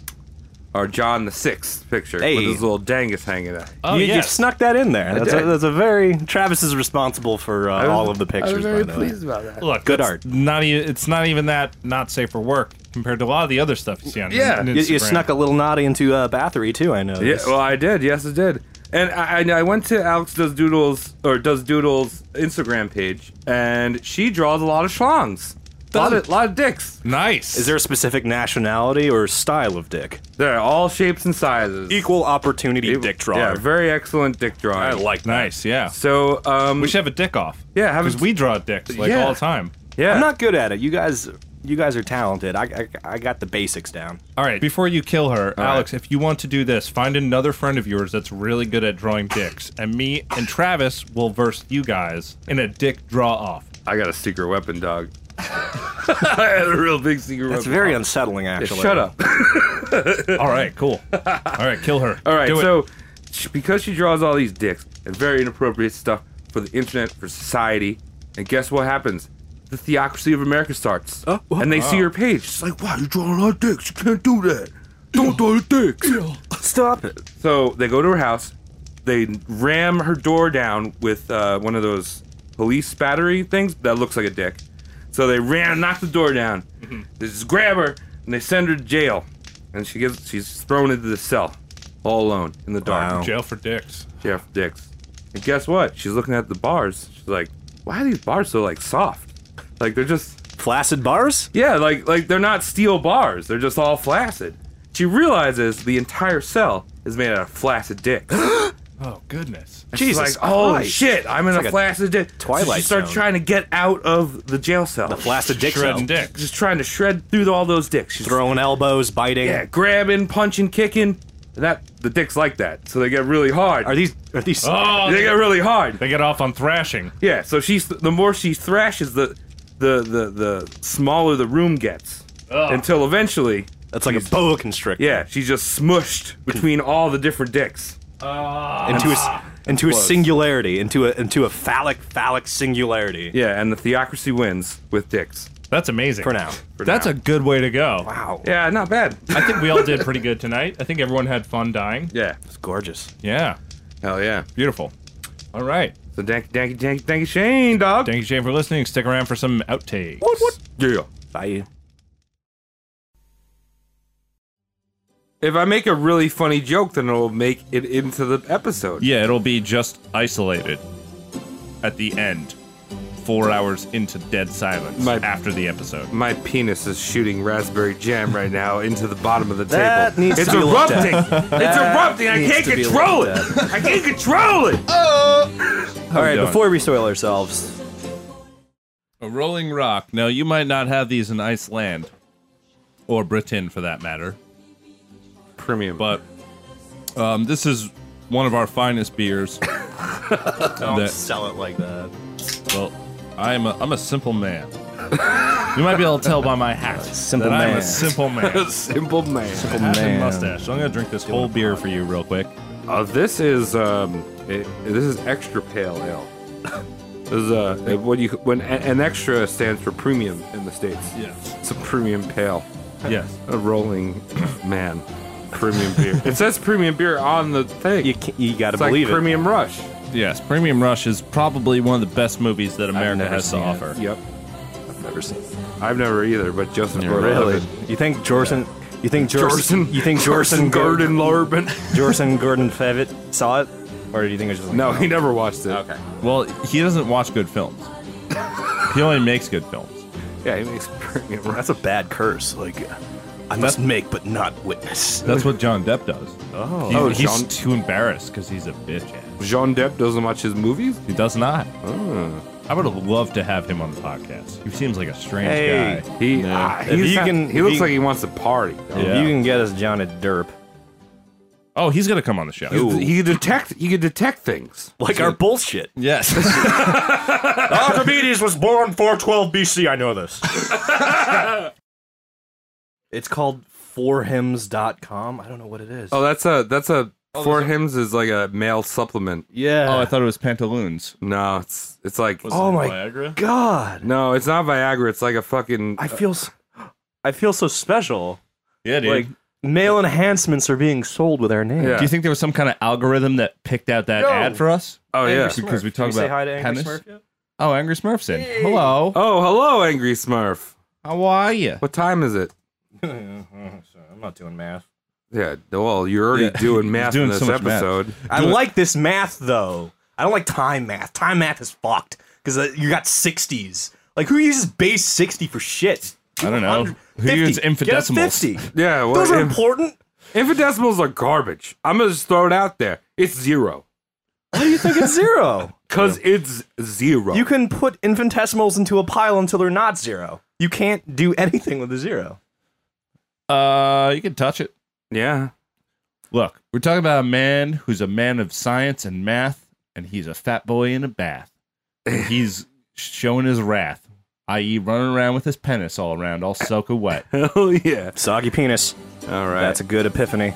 A: our John the Sixth picture
H: Hey.
A: with his little dangus hanging out.
G: Oh,
H: you, you
G: yes.
H: snuck that in there. That's a,
A: did.
H: that's a very Travis is responsible for uh, all of the pictures.
A: very
H: by the way.
A: pleased about that.
G: Look,
H: Good
G: it's
H: art.
G: Not even it's not even that not safe for work compared to a lot of the other stuff you see on
A: Yeah.
G: in- in
H: You, you
G: Instagram.
H: snuck a little naughty into uh, Bathory too. I know.
A: Yeah, well, I did. Yes, I did. And I, I I went to Alex Does Doodles or Does Doodles Instagram page, and she draws a lot of schlongs, a lot of, lot of dicks.
G: nice.
H: is there a specific nationality or style of dick?
A: They're all shapes and sizes.
H: Equal opportunity dick
A: Yeah,
H: drawer.
A: very excellent dick drawing.
H: I like that.
G: nice? Yeah.
A: So um,
G: We should have a dick off.
A: Yeah, have a
G: because
A: d-
G: we draw dicks like
A: Yeah.
G: all the time.
A: yeah.
H: I'm not good at it. You guys, you guys are talented. I, I, I got the basics down.
G: All right. Before you kill her, Alex, if you want to do this, find another friend of yours that's really good at drawing dicks, and me and Travis will verse you guys in a dick draw off.
A: I got a secret weapon, dog. I had a real big secret
H: That's
A: weapon. Oh,
H: very unsettling, actually.
A: Shut up.
G: all right. Cool. All right. Kill her.
A: All right,
G: Do it.
A: so sh because she draws all these dicks and very inappropriate stuff for the internet, for society, and guess what happens? The theocracy of America starts. and they see her page. It's like, wow, you're drawing a lot of dicks. You can't do that. Don't draw the dicks.
H: Stop it.
A: So they go to her house. They ram her door down with uh, one of those police battery things that looks like a dick. So So they ran and knocked the door down.
H: Mm-hmm.
A: They just grab her and they send her to jail. And she gets she's thrown into the cell, all alone in the dark.
D: Jail for dicks.
A: Jeff Dix. And guess what? She's looking at the bars. She's like, why are these bars so like soft? Like they're just
H: Flaccid bars?
A: yeah, like like they're not steel bars. They're just all flaccid. She realizes the entire cell is made out of flaccid dicks.
D: Oh goodness.
A: And she's
H: Jesus
A: like, oh
H: Christ.
A: shit, I'm in
H: It's
A: a
H: like a
A: flaccid dick. so she
H: Twilight
A: starts
H: Zone.
A: trying to get out of the jail cell.
H: The flaccid dick
D: Shredding
H: cell.
D: dicks.
A: Just trying to shred through all those dicks. She's
H: Throwing elbows, biting.
A: yeah, grabbing, punching, kicking. And that the dicks like that, so they get really hard.
H: Are these are these
D: Oh,
A: they
D: they,
A: get really hard.
D: they get off on thrashing.
A: Yeah, so she's the more she thrashes, the the the, the smaller the room gets. Until eventually,
H: that's like a boa constrictor.
A: yeah, she's just smushed between all the different dicks.
H: Into a s- into a singularity, into a into a phallic phallic singularity.
A: Yeah, and the theocracy wins with dicks.
D: That's amazing.
H: For now.
A: for
D: That's
A: now.
D: a good way to go.
H: Wow.
A: yeah, not bad.
D: I think we all did pretty good tonight. I think everyone had fun dying.
A: yeah,
H: It's gorgeous.
D: Yeah.
A: hell yeah.
D: Beautiful. All right.
A: So thank thank you thank you thank you Shane dog.
D: Thank you, Shane, for listening. Stick around for some outtakes.
A: Yeah.
H: Bye.
A: If I make a really funny joke, then it'll make it into the episode.
G: Yeah, it'll be just isolated at the end, four hours into dead silence
A: My-
G: after the episode.
A: My penis is shooting raspberry jam right now into the bottom of the
H: That
A: table.
H: needs
A: it's
H: to be looked
A: erupting.
H: at.
A: It's erupting. I
H: needs
A: can't
H: to be
A: control it.
H: looked
A: I can't control it.
H: All right,
G: doing?
H: before we soil ourselves,
G: A rolling rock. Now, you might not have these in Iceland or Britain for that matter,
A: Premium.
G: but um, this is one of our finest beers. That-
H: sell it like that.
G: Well, I'm a, I'm a simple man. You might be able to tell by my hat.
H: Simple
G: that I'm
H: man.
G: a simple man.
A: simple man.
G: Hat and
H: man.
G: mustache. So I'm gonna drink this whole beer for you real quick.
A: Uh, this is um, it, this is extra pale ale. This is uh, what you when a- an extra stands for premium in the states.
G: Yes.
A: It's a premium pale,
G: Yes.
A: a rolling man, premium beer. it says premium beer on the thing.
H: You can, you gotta
A: it's like
H: believe it.
A: premium rush.
G: Yes. Premium Rush is probably one of the best movies that
H: I've
G: America
H: never
G: has to
H: seen it.
G: offer.
A: Yep.
H: I've never seen. It.
A: I've never either, but Joseph
I: Yeah,
A: Gordon.
H: Really? You think Jorson? You think Jorson?
A: Jorson.
H: You think Jorson
A: Gordon
H: Gordon?
A: Lorbin.
H: Jorson Gordon Fevitt saw it, or do you think it was just like,
A: No, he never watched it.
H: Okay.
G: Well, he doesn't watch good films. he only makes good films.
A: Yeah, he makes premium rush.
H: That's a bad curse. Like, I must make but not witness.
G: That's what John Depp does. Oh,
A: Oh,
G: he's
A: John-
G: too embarrassed because he's a bitch ass.
A: Jean Depp doesn't watch his movies.
G: He does not.
H: Hmm.
G: I would have loved to have him on the podcast. He seems like a strange
H: Hey.
G: guy.
A: He
I: No.
A: ah,
H: If
A: he's
H: you
A: not-
H: can-
A: he
H: if
A: looks
H: you-
A: like he wants to party. though.
G: Yeah.
H: You can get us John at Derp.
G: Oh, he's gonna come on the show.
A: He's- He can detect. He can detect things.
H: Like our bullshit.
G: Yes.
H: Archimedes was born 412 BC. I know this. it's called forhims.com. I don't know what it is.
A: Oh, that's a that's a for hims is like a male supplement.
H: yeah.
G: Oh, I thought it was pantaloons.
A: No, it's it's like
H: Oh my God.
A: no, it's not Viagra. It's like a fucking.
H: I feel s- I feel so special.
G: Yeah, dude.
H: Like male enhancements are being sold with our name.
A: Yeah.
G: do you think there was some kind of algorithm that picked out that ad for us?
A: oh yeah.
G: Because we
H: Can
G: talked
H: we say
G: about
H: hi to Angry
G: penis.
H: Smurf yet?
G: Oh, Angry Smurf's in. Hello.
A: Oh hello, angry Smurf.
G: How are you?
A: What time is it?
H: I'm not doing math.
A: Yeah. Well, you're already
G: Yeah.
A: doing
G: He's
A: math
G: doing
A: in this
G: so much math.
A: episode.
H: I like this math though. I don't like time math. Time math is fucked because uh, you got 60s. Like who uses base 60 for shit?
G: I don't know.
H: 100
G: Who
H: 50.
G: uses infinitesimals?
H: Get a 50.
A: Yeah. Well,
H: Those are
A: inf-
H: important.
A: infinitesimals are garbage. I'm gonna just throw it out there. It's zero.
H: Why do you think it's zero?
A: Cause it's zero.
H: You can put infinitesimals into a pile until they're not zero. You can't do anything with a zero.
G: Uh, you can touch it.
A: yeah.
G: Look, we're talking about a man who's a man of science and math, and he's a fat boy in a bath. And he's showing his wrath, i.e., running around with his penis all around, all soaking wet.
A: Hell yeah.
H: Soggy penis.
A: All right.
H: That's a good epiphany.